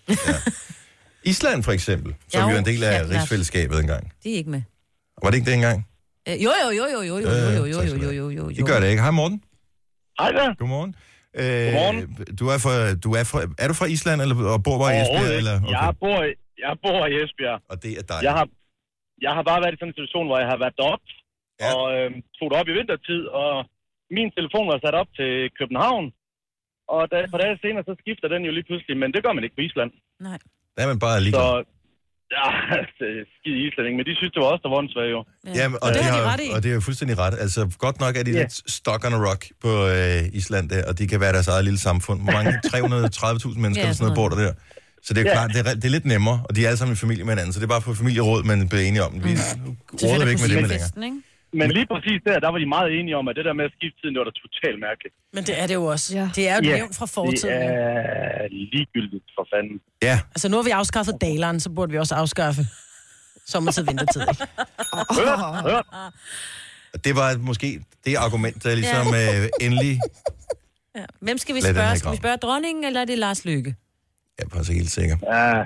Speaker 1: Island for eksempel, som
Speaker 4: Jo,
Speaker 1: jo, jo er en del
Speaker 4: ja,
Speaker 1: af
Speaker 4: klart.
Speaker 1: rigsfællesskabet engang.
Speaker 4: De er ikke med.
Speaker 1: Var det ikke det engang?
Speaker 4: Øh, Jo, jo, jo, jo, jo, jo,
Speaker 1: Øh,
Speaker 4: jo, jo, jo, jo, jo, jo, jo.
Speaker 1: I gør det ikke. Hej Morten.
Speaker 16: Hej der.
Speaker 1: Godmorgen. Øh,
Speaker 16: Godmorgen.
Speaker 1: Du er, fra, du er, fra, er du fra Island, eller og bor bare i Esbjerg?
Speaker 16: Overhovedet
Speaker 1: Eller?
Speaker 16: ikke. Jeg, bor i, jeg bor i Esbjerg.
Speaker 1: Og det er dejligt.
Speaker 16: Jeg har, jeg har bare været i sådan en situation, hvor jeg har været deroppe, ja. og øh, tog det op i vintertid, og min telefon var sat op til København. Og da, et par dage senere, så skifter den jo lige pludselig, men det gør man ikke på Island.
Speaker 1: Der er man bare lige...
Speaker 16: Så, ja, skide Island, ikke? men de synes, det var også der var åndssvagt, jo.
Speaker 1: Jamen, og,
Speaker 16: Øh,
Speaker 1: det har, og det er jo fuldstændig ret. Altså, godt nok er de
Speaker 16: Ja.
Speaker 1: lidt stuck on a rock på øh, Island der, og de kan være deres eget lille samfund. Hvor mange 330.000 mennesker
Speaker 16: Ja,
Speaker 1: eller sådan noget bor der der? Så det er jo
Speaker 16: Ja.
Speaker 1: klart, det er, re- det er lidt nemmere, og de er alle sammen i familie med hinanden, så det er bare på familieråd, man bliver enige om. Vi råder vi ikke med det med længere.
Speaker 16: Men lige præcis der, der var de meget enige om, at det der med at skifte tiden, det var da totalt mærkeligt.
Speaker 3: Men det er det jo også. Ja. Det er jo et nævnt fra fortiden.
Speaker 16: Det
Speaker 3: Ja.
Speaker 16: er ligegyldigt for fanden.
Speaker 1: Ja.
Speaker 3: Altså, nu har vi afskaffet daleren, så burde vi også afskaffe sommertid vintertid.
Speaker 1: Og det var måske det argument, der ligesom
Speaker 4: Ja.
Speaker 1: øh, endelig...
Speaker 4: Ja. Hvem skal vi
Speaker 1: Lad den her
Speaker 4: spørge? Skal vi
Speaker 1: grav.
Speaker 4: spørge dronningen, eller er det Lars Lykke?
Speaker 1: Jeg er faktisk helt sikker.
Speaker 16: Ja.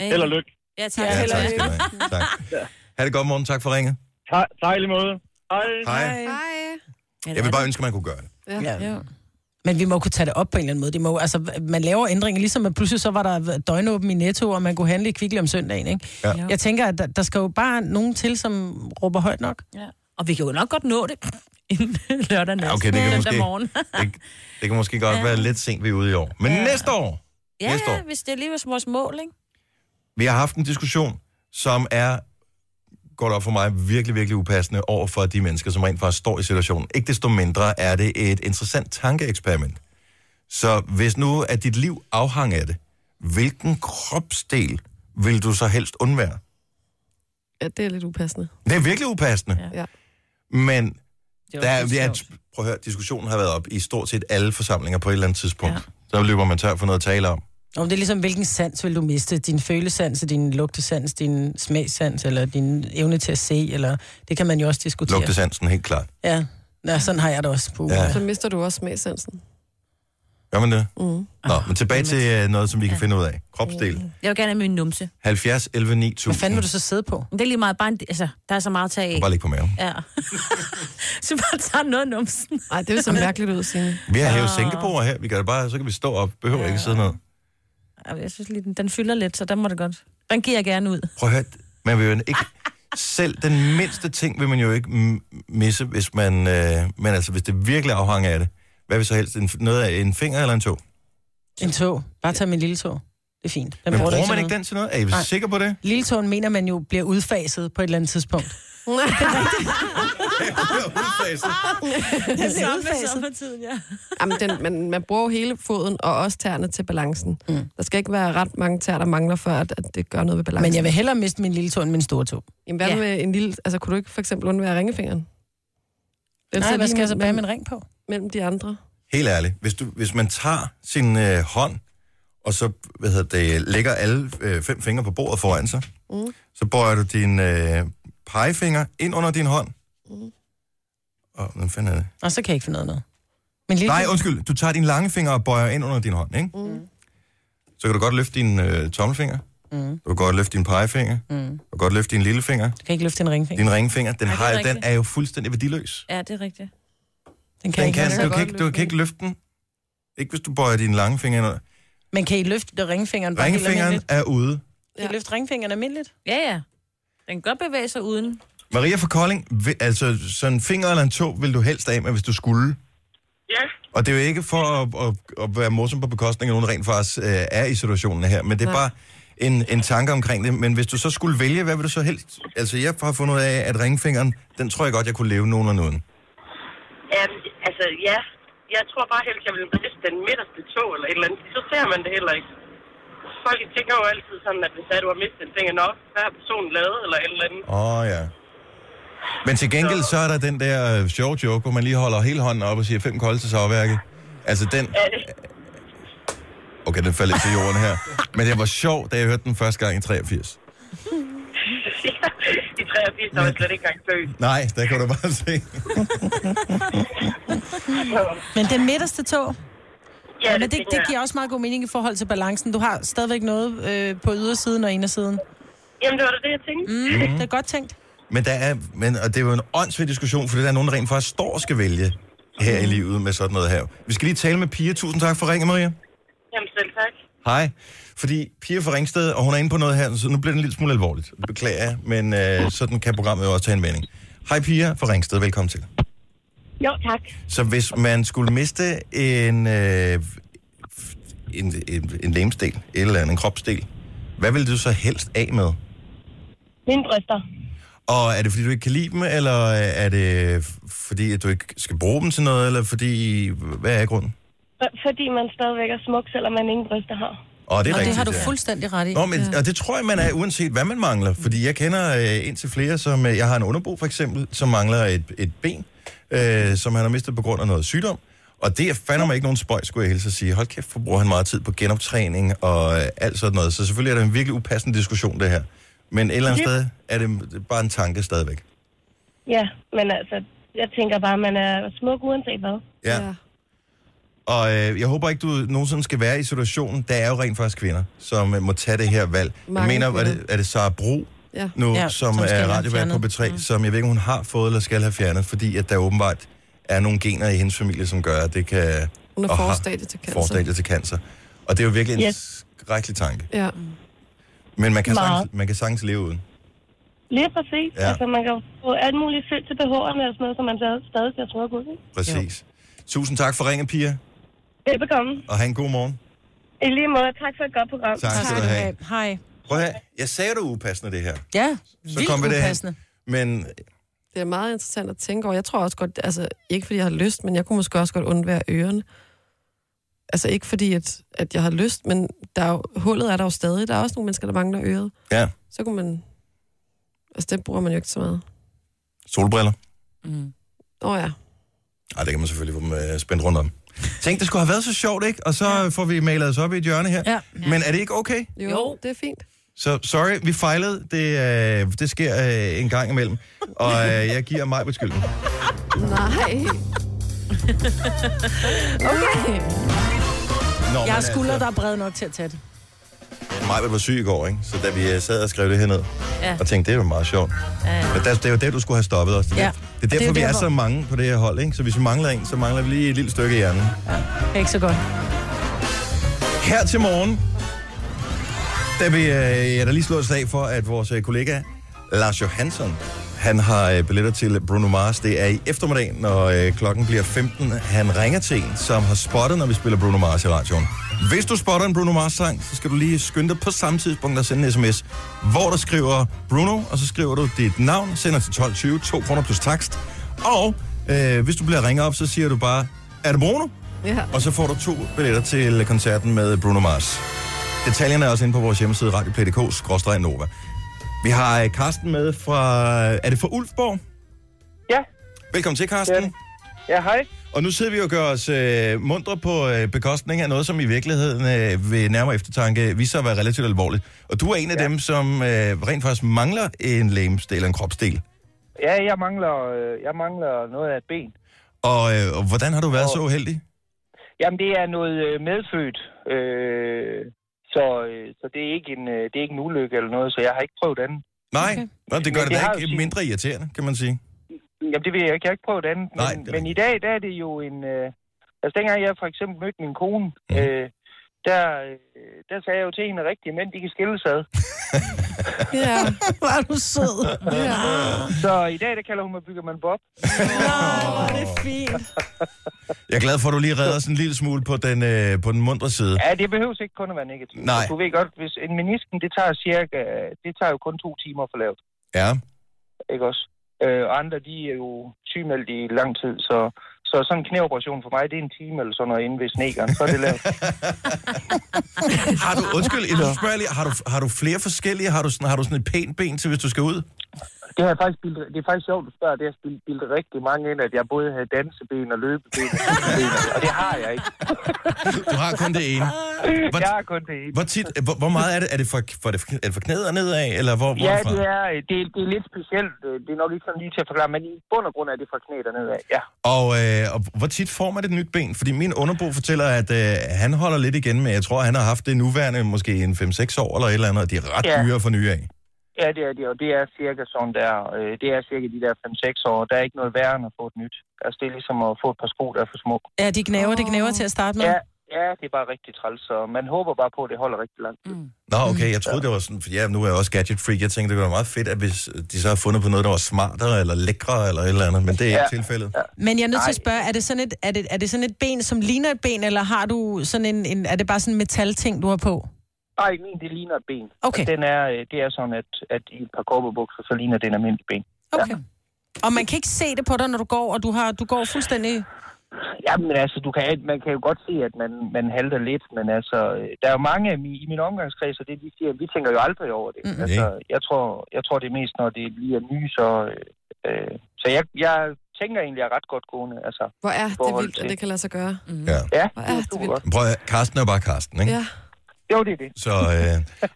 Speaker 4: Ikke?
Speaker 16: Held og lykke.
Speaker 4: Ja, tak.
Speaker 1: Ja, tak skal du have. Tak. Ha' det godt, morgen. Tak for ringet.
Speaker 16: Tak i lige måde. Hej.
Speaker 1: Hej. Jeg vil bare ønske, man kunne gøre det.
Speaker 3: Ja. Men vi må kunne tage det op på en eller anden måde. Det må, jo- altså, man laver ændringer, ligesom at pludselig så var der døgnåben i Netto, og man kunne handle i Kvickly om søndagen. Ikke?
Speaker 1: Ja.
Speaker 3: Jeg tænker, at der, der skal jo bare nogen til, som råber højt nok.
Speaker 4: Ja. Og vi kan jo nok godt nå det inden lørdag nat.
Speaker 1: Ja, okay, det kan
Speaker 4: Søndag
Speaker 1: måske-
Speaker 4: morgen.
Speaker 1: Det kan måske godt
Speaker 4: Ja.
Speaker 1: være lidt sent, vi er ude i år. Men
Speaker 4: Ja.
Speaker 1: næste år,
Speaker 4: ja,
Speaker 1: Næste år.
Speaker 4: ja, hvis det er lige vores vores mål, ikke?
Speaker 1: Vi har haft en diskussion, som er, går det op for mig, virkelig, virkelig upassende over for de mennesker, som rent faktisk står i situationen. Ikke desto mindre er det et interessant tankeeksperiment. Så hvis nu at dit liv afhang af det, hvilken kropsdel vil du så helst undvære?
Speaker 2: Ja, det er lidt upassende.
Speaker 1: Det er virkelig upassende.
Speaker 2: Ja.
Speaker 1: Men
Speaker 2: Det
Speaker 1: der
Speaker 2: var
Speaker 1: er,
Speaker 2: lidt
Speaker 1: ja, prøv at høre, diskussionen har været op i stort set alle forsamlinger på et eller andet tidspunkt. Ja. Så løber man tør for noget at tale om.
Speaker 3: Om det er ligesom, hvilken sans vil du miste? Din følesans, din lugtesans, din smagsans, eller din evne til at se, eller det kan man jo også diskutere.
Speaker 1: Lugtesansen, helt klart.
Speaker 3: Ja, Nå, sådan har jeg det også på.
Speaker 1: Ja.
Speaker 2: Så mister du også smagsansen.
Speaker 1: Gør man det?
Speaker 2: Mm.
Speaker 1: Nå, men tilbage til øh, noget, som vi kan finde ud af. Kropsdel.
Speaker 4: Jeg vil gerne have min numse.
Speaker 1: 70, 11, 9000.
Speaker 3: sidde på?
Speaker 4: Det er lige meget. Bare en, altså, der er så meget at tage af.
Speaker 1: Bare ligge på maven.
Speaker 4: Ja. så bare tager noget af numsen.
Speaker 2: Nej, det vil så mærkeligt ud, Signe.
Speaker 1: Vi har hævet sænkeborger her. Vi kan da bare, så kan vi stå op. Behøver ikke sidde ned.
Speaker 4: Jeg synes lige, den, den fylder lidt, så den må det godt. Den giver jeg gerne ud.
Speaker 1: Prøv at høre, man vil jo ikke... Selv den mindste ting vil man jo ikke m- misse, hvis man... Øh, men altså, hvis det virkelig afhænger af det. Hvad vil så helst? En, noget af en finger eller en tog?
Speaker 3: En tog. Bare tag min lille tog. Det er fint.
Speaker 1: Men
Speaker 3: du
Speaker 1: bruger
Speaker 3: til
Speaker 1: man ikke den til noget? Er I
Speaker 3: Nej.
Speaker 1: sikre på det?
Speaker 3: Lille tåen mener man jo bliver udfaset på et eller andet tidspunkt.
Speaker 2: Den
Speaker 4: bliver
Speaker 2: udfaset.
Speaker 4: for tiden, ja.
Speaker 2: Jamen, den, man, man bruger jo hele foden og også tæerne til balancen. Mm. Der skal ikke være ret mange tæer, der mangler, før at, at det gør noget ved balancen.
Speaker 3: Men jeg vil hellere miste min lille tå end min store tå.
Speaker 2: Jamen, hvad ja. med en lille... Altså, kunne du ikke for eksempel undvære ringefingeren? Den
Speaker 3: Nej,
Speaker 2: sidder
Speaker 3: hvad
Speaker 2: lige
Speaker 3: skal jeg så
Speaker 2: mellem-
Speaker 3: bage med en ring på?
Speaker 2: Mellem de andre.
Speaker 1: Helt ærligt. Hvis, du, hvis man tager sin øh, hånd, og så hvad hedder det, lægger alle øh, fem fingre på bordet foran sig,
Speaker 2: Mm.
Speaker 1: så bøjer du din øh, pegefinger ind under din hånd.
Speaker 2: Mm.
Speaker 1: Åh, oh, hvordan fanden er det?
Speaker 3: Og så kan jeg ikke finde ud af noget. Men
Speaker 1: Men
Speaker 3: lille
Speaker 1: Nej,
Speaker 3: tå-
Speaker 1: undskyld. Du tager din lange finger og bøjer ind under din hånd, ikke?
Speaker 2: Mm.
Speaker 1: Så kan du godt løfte din øh, tommelfinger.
Speaker 3: Mm.
Speaker 1: Du kan godt løfte din pegefinger.
Speaker 3: Mm.
Speaker 1: Du kan godt løfte din lillefinger.
Speaker 3: Du kan ikke løfte en ringfinger.
Speaker 1: Din ringfinger, den,
Speaker 3: Ej, det er
Speaker 1: har, jo- den
Speaker 3: rigtigt.
Speaker 1: er jo fuldstændig værdiløs.
Speaker 4: Ja, det er rigtigt.
Speaker 3: Den kan,
Speaker 1: Den
Speaker 3: ikke
Speaker 1: kan,
Speaker 3: løfte.
Speaker 1: du, kan ikke, du kan ikke løfte den. Ikke hvis du bøjer din lange finger ind. under.
Speaker 3: Men kan I løfte ringfingeren? bare helt
Speaker 1: Ringfingeren
Speaker 3: almindeligt?
Speaker 1: er ude.
Speaker 3: Kan I løfte ringfingeren almindeligt?
Speaker 4: Ja, ja. Den kan godt bevæge sig uden.
Speaker 1: Maria fra Kolding, vil- altså sådan en finger eller en tå vil du helst af med, hvis du skulle.
Speaker 17: Ja.
Speaker 1: Og det er jo ikke for at, at, at være morsom på bekostning af nogen rent faktisk øh, er i situationen her, men det er
Speaker 17: Nej.
Speaker 1: bare en, en tanke omkring det. Men hvis du så skulle vælge, hvad vil du så helst? Altså jeg har fundet ud af, at ringfingeren, den tror jeg godt, jeg kunne leve nogenlunde uden.
Speaker 17: Um, altså, ja. Jeg tror bare helst, jeg ville miste den midterste tog eller et eller andet. Så ser man det heller ikke. Folk tænker jo altid sådan, at hvis du har mistet en finger, nå, hvad har personen lavet eller et eller andet?
Speaker 1: Åh oh, ja. Men til gengæld så er der den der øh, sjove joke, hvor man lige holder hele hånden op og siger fem kolde til savværket. Altså den... Okay, den falder ikke til jorden her. Men det var sjov, da jeg hørte den første gang i 83.
Speaker 17: I 83 der var jeg slet ikke engang søg.
Speaker 1: Nej, der kan du bare se.
Speaker 3: Men den midterste tå?
Speaker 17: Ja,
Speaker 3: Ja,
Speaker 17: det
Speaker 3: men det,
Speaker 17: tænker
Speaker 3: det
Speaker 17: jeg.
Speaker 3: giver også meget god mening i forhold til balancen. Du har stadigvæk noget øh, på ydersiden og indersiden.
Speaker 17: Jamen, det var da det, jeg tænkte.
Speaker 3: Mm,
Speaker 1: Mhm.
Speaker 3: det er godt tænkt.
Speaker 1: Men, der er, men og det er jo en åndssvig diskussion, fordi der er nogen, der rent faktisk står og skal vælge her i livet med sådan noget her. Vi skal lige tale med Pia. Tusind tak for ringen, Maria.
Speaker 17: Jamen, selv tak.
Speaker 1: Hej. Fordi Pia fra Ringsted, og hun er inde på noget her, så nu bliver det en lille smule alvorligt. Det beklager jeg, men øh, sådan kan programmet jo også tage en vending. Hej Pia fra Ringsted, velkommen til.
Speaker 17: Jo, tak.
Speaker 1: Så hvis man skulle miste en, øh, en, en, en lemsdel, et eller andet, en kropsdel, hvad ville du så helst af med?
Speaker 17: Mine bryster.
Speaker 1: Og er det, fordi du ikke kan lide dem, eller er det, f- fordi at du ikke skal bruge dem til noget, eller fordi, hvad er grunden?
Speaker 17: F- Fordi man stadigvæk er smuk, selvom man ingen bryster har.
Speaker 1: Og det er
Speaker 3: og det
Speaker 1: rigtigt,
Speaker 3: har du
Speaker 1: ja.
Speaker 3: fuldstændig ret i.
Speaker 1: Nå, men, og det tror jeg, man er, uanset hvad man mangler. Fordi jeg kender øh, indtil flere, som... Øh, jeg har en underbo, for eksempel, som mangler et, et ben, øh, som han har mistet på grund af noget sygdom. Og det er fandme ikke nogen spøj, skulle jeg hilse at sige. Hold kæft, for bruger han meget tid på genoptræning og øh, alt sådan noget. Så selvfølgelig er det en virkelig upassende diskussion, det her. Men et eller andet
Speaker 17: Det-
Speaker 1: sted er det bare en tanke stadigvæk.
Speaker 17: Ja, men altså, jeg tænker bare, at man er smuk uanset hvad.
Speaker 1: Ja. ja. Og øh, jeg håber ikke, du nogensinde skal være i situationen. Der er jo rent faktisk kvinder, som øh, må tage det her valg.
Speaker 17: Mange
Speaker 1: jeg mener, er
Speaker 17: kvinder.
Speaker 1: det, er det Sara Bro
Speaker 17: Ja.
Speaker 1: nu,
Speaker 17: Ja,
Speaker 1: ja,
Speaker 17: som
Speaker 1: som, som
Speaker 17: skal
Speaker 1: er
Speaker 17: have
Speaker 1: radiovært på
Speaker 17: fjernet.
Speaker 1: B3, mm. som jeg ved ikke, om hun har fået eller skal have fjernet, fordi at der åbenbart er nogle gener i hendes familie, som gør, at det kan...
Speaker 2: Hun er
Speaker 1: og har
Speaker 2: forstadiet til cancer.
Speaker 1: Forstadiet til cancer. Og det er jo virkelig en yes.
Speaker 2: Yes.
Speaker 1: skrækkelig tanke.
Speaker 2: Ja.
Speaker 1: Men man kan,
Speaker 17: Meget.
Speaker 1: sagtens, man kan sagtens leve uden.
Speaker 17: Lige præcis.
Speaker 1: Ja.
Speaker 17: Ja. Altså, man kan jo få alt muligt fyldt til BH'erne og sådan noget, så man stadig- stadig ser smuk ud. ikke?
Speaker 1: Præcis. Jo. Tusind tak for ringen, Pia,
Speaker 17: Velbekomme.
Speaker 1: og have en god morgen.
Speaker 17: I lige måde, tak for et godt program.
Speaker 1: Tak skal du have.
Speaker 3: Hej.
Speaker 1: Prøv at høre, jeg sagde, det var upassende, det her.
Speaker 3: Ja,
Speaker 1: Så kom vi derhen. Men
Speaker 2: Det er meget interessant at tænke over. Jeg tror også godt, altså ikke fordi jeg har lyst, men jeg kunne måske også godt undvære ørerne. Altså ikke fordi, at, at jeg har lyst, men der er jo, hullet er der jo stadig. Der er også nogle mennesker, der mangler øret.
Speaker 1: ja,
Speaker 2: Så kunne man... Altså det bruger man jo ikke så meget.
Speaker 1: solbriller.
Speaker 2: Åh oh, ja.
Speaker 1: Ej, det kan man selvfølgelig få dem øh, spændt rundt om. Tænk, det skulle have været så sjovt, ikke? Og så ja. får vi malet os op i et hjørne her.
Speaker 2: Ja.
Speaker 1: Men er det ikke okay?
Speaker 2: Jo, jo. det er fint.
Speaker 1: Så sorry, vi fejlede. Det, øh, det sker øh, en gang imellem. Og øh, jeg giver mig beskylden.
Speaker 2: Nej.
Speaker 3: Okay.
Speaker 1: Nå,
Speaker 3: Jeg har
Speaker 1: men
Speaker 3: skuldre,
Speaker 1: altså,
Speaker 3: der er brede nok til at tage det.
Speaker 1: Maja var syg i går, ikke? Så da vi øh, sad og skrev det her ned,
Speaker 3: Ja.
Speaker 1: og tænkte, det er jo meget sjovt.
Speaker 3: Ja.
Speaker 1: Men der, det er jo det, du skulle have stoppet os. Det er,
Speaker 3: Ja.
Speaker 1: ja. det er derfor,
Speaker 3: Det er
Speaker 1: vi er
Speaker 3: derfor.
Speaker 1: så mange på det her hold, ikke? Så hvis vi mangler en, så mangler vi lige et lille stykke i hjernen.
Speaker 3: Det er ikke så godt.
Speaker 1: Her til morgen, der vil øh, jeg da lige slå et slag for, at vores øh, kollega Lars Johansson, han har øh, billetter til Bruno Mars. Det er i eftermiddagen, når øh, klokken bliver 15. Han ringer til en, som har spottet, når vi spiller Bruno Mars i radioen. Hvis du spotter en Bruno Mars-sang, så skal du lige skynde dig på samme tidspunkt og sende en sms, hvor du skriver Bruno, og så skriver du dit navn, sender til 12.20, 2 kroner plus takst. Og øh, hvis du bliver ringet op, så siger du bare, er det Bruno?
Speaker 2: Ja.
Speaker 1: Og så får du to billetter til koncerten med Bruno Mars. Detaljerne er også inde på vores hjemmeside, radioplay.dk-nova. Vi har øh, Karsten med fra... Er det fra Ulfborg?
Speaker 18: Ja.
Speaker 1: Velkommen til, Karsten.
Speaker 18: Ja, hej.
Speaker 1: Og nu sidder vi og gør os øh, mundre på øh, bekostning af noget, som i virkeligheden øh, ved nærmere eftertanke viser sig at være relativt alvorligt. Og du er en af ja. dem, som øh, rent faktisk mangler en lægemsdel eller en kropsdel.
Speaker 18: Ja, jeg mangler, øh, jeg mangler noget af et ben.
Speaker 1: Og, øh, og hvordan har du været og... så uheldig?
Speaker 18: Jamen, det er noget øh, medfødt, øh, så, øh, så det, er ikke en, øh, det er ikke en ulykke eller noget, så jeg har ikke prøvet andet.
Speaker 1: Nej, okay. Nå, det gør
Speaker 18: Men
Speaker 1: det,
Speaker 18: det
Speaker 1: det
Speaker 18: har
Speaker 1: da
Speaker 18: jo
Speaker 1: ikke
Speaker 18: sin-
Speaker 1: mindre irriterende, kan man sige.
Speaker 18: Jamen, det ved jeg ikke. Jeg har ikke prøvet andet. Men,
Speaker 1: Nej, det er
Speaker 18: men i dag, der er det jo en... Øh, altså, dengang jeg for eksempel mødte min kone, mm. øh, der, øh, der sagde jeg jo til hende rigtigt, men de kan skilles ad.
Speaker 2: Ja,
Speaker 3: hvor er du sød.
Speaker 2: Ja.
Speaker 18: Så i dag, der kalder hun mig Byggermand Bob.
Speaker 3: Åh, det er fint.
Speaker 1: Jeg er glad for, at du lige redder sådan en lille smule på den, øh, på den mundre side.
Speaker 18: Ja, det behøves ikke kun at være negativt.
Speaker 1: Nej.
Speaker 18: Du ved godt, hvis en menisken, det tager cirka, det tager jo kun to timer for lavet,
Speaker 1: Ja.
Speaker 18: ikke også? Øh, og andre, de er jo sygemeldt i lang tid, så, så sådan en knæoperation for mig, det er en time eller sådan noget, inden ved snekeren, så er det lavet.
Speaker 1: Har du, undskyld, jeg nu spørger jeg lige, har du, har du flere forskellige? Har du, sådan, har du sådan et pænt ben til, hvis du skal ud?
Speaker 18: Det, har jeg faktisk bildet, det er faktisk sjovt, du spørger, det har jeg bildet rigtig mange ind, at jeg både havde danseben og løbeben, og, cykelben, og det har jeg ikke.
Speaker 1: Du har kun det ene. Hvor,
Speaker 18: jeg har kun det ene.
Speaker 1: Hvor, tit, hvor, hvor meget er det? Er det fra, for, er det fra knæet og nedad, eller hvor,
Speaker 18: Ja,
Speaker 1: hvorfra?
Speaker 18: det er, det, er, det er lidt specielt. Øh, Det er nok ikke sådan lige til at forklare, men i bund og grund er det fra knæ dernede af. Ja.
Speaker 1: Og, øh, og hvor tit får man et nyt ben? Fordi min underbo fortæller, at øh, han holder lidt igen, men jeg tror, han har haft det nuværende måske en 5-6 år eller et eller andet, og de er ret
Speaker 18: Ja.
Speaker 1: dyre for nye af.
Speaker 18: Ja, det er det, og det er cirka sådan der. øh, Det er cirka de der 5-6 år. Der er ikke noget værre end at få et nyt. Altså, det er ligesom at få et par sko, der er for små.
Speaker 3: Ja, de gnaver, de gnaver til at starte med.
Speaker 18: Ja, ja det er bare rigtig træls, så man håber bare på, at det holder rigtig lang tid. Mm.
Speaker 1: Nå, okay, jeg troede, det var sådan, for ja, nu er jeg også gadget freak. Jeg tænkte, det kunne være meget fedt, at hvis de så har fundet på noget, der var smartere eller lækre eller et eller andet, men det er
Speaker 18: Ja.
Speaker 1: ikke tilfældet.
Speaker 3: Men jeg er nødt til at
Speaker 18: Nej.
Speaker 3: spørge, er det, sådan et, er, det, er det sådan et ben, som ligner et ben, eller har du sådan en, en er det bare sådan en metalting, du har på?
Speaker 18: Nej, min, det ligner et ben.
Speaker 3: Okay.
Speaker 18: Den er, øh, det er sådan, at, at i et par korperbukser, så ligner det en almindelig ben.
Speaker 3: Okay. Og man kan ikke se det på dig, når du går, og du, har, du går fuldstændig...
Speaker 18: Jamen altså, du kan, man kan jo godt se, at man, man halter lidt, men altså, øh, der er jo mange af mi, i min omgangskreds, og det de siger, vi tænker jo aldrig over det.
Speaker 1: Mm.
Speaker 18: Altså,
Speaker 1: Nej.
Speaker 18: jeg, tror, jeg tror, det er mest, når det lige er nye, så... øh, Øh, så jeg, jeg tænker egentlig, at jeg er ret godt gående. Altså,
Speaker 2: Hvor er
Speaker 18: i
Speaker 2: det
Speaker 18: forhold
Speaker 2: vildt, at det kan lade sig gøre. Mm.
Speaker 1: Ja.
Speaker 18: Ja,
Speaker 2: Hvor er det vildt.
Speaker 1: Prøv at, høre, Karsten er jo bare Karsten, ikke?
Speaker 2: Ja.
Speaker 18: Jo, det er det.
Speaker 1: Så, øh,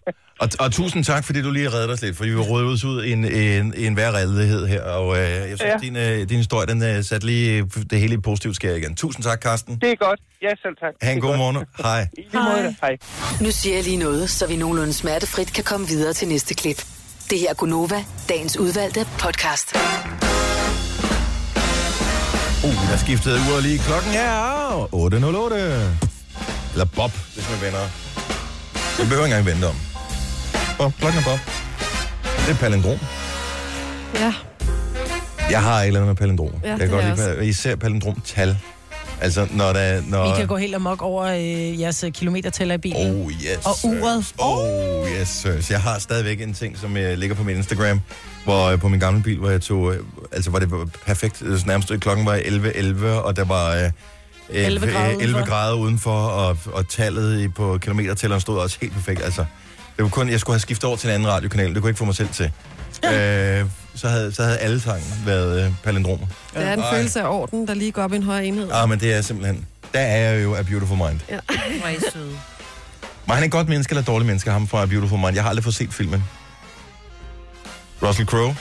Speaker 1: og, og tusind tak, fordi du lige reddede os lidt, fordi vi rådede os ud i en, en, en værre redelighed her, og øh, jeg synes, ja.
Speaker 18: Ja.
Speaker 1: din, øh, din historie, den øh, satte lige øh, det hele i et positivt skær igen. Tusind tak, Karsten.
Speaker 18: Det er godt. Ja, selv tak.
Speaker 1: Ha' en god morgen. Hej.
Speaker 18: Hej.
Speaker 8: Nu siger jeg lige noget, så vi nogenlunde smertefrit kan komme videre til næste klip. Det her er Gunova, dagens udvalgte podcast.
Speaker 1: Uh, der skiftede uret lige. Klokken er 8.08. Eller Bob, hvis man vender. Man behøver ikke engang vente om. Bob, klokken er Bob. Det er palindrom.
Speaker 2: Ja.
Speaker 1: Jeg har et eller andet med palindromer.
Speaker 3: Ja,
Speaker 1: jeg
Speaker 3: det
Speaker 1: kan godt
Speaker 3: har
Speaker 1: lide
Speaker 3: jeg
Speaker 1: pal- især palindromtal. Altså, når der... Når...
Speaker 3: Vi kan gå helt amok over øh, jeres øh, kilometertæller i bilen.
Speaker 1: Oh, yes.
Speaker 3: Og uret.
Speaker 1: Oh, yes, sirs. Jeg har stadigvæk en ting, som jeg ligger på min Instagram, hvor øh, på min gamle bil, hvor jeg tog... Øh, altså, var det var perfekt. øh, så Nærmest øh, klokken var 11.11, og der var... Øh,
Speaker 13: 11
Speaker 1: 11
Speaker 13: grader
Speaker 1: grader,
Speaker 13: udenfor.
Speaker 1: 11 grader udenfor, og, og tallet i- på kilometertælleren stod også helt perfekt. Altså, det var kun, jeg skulle have skiftet over til en anden radiokanal, det kunne jeg ikke få mig selv til. øh, så, havde, så havde alle sangen været øh, palindromer.
Speaker 2: Der er en
Speaker 1: Ej.
Speaker 2: følelse af orden, der lige går op i en højere enhed.
Speaker 1: Ah, men det er simpelthen... Der er jeg jo A Beautiful Mind.
Speaker 2: Ja.
Speaker 4: Hvor er I søde.
Speaker 1: Var han et godt menneske eller et dårligt menneske, ham fra A Beautiful Mind? Jeg har aldrig fået set filmen. Russell Crowe?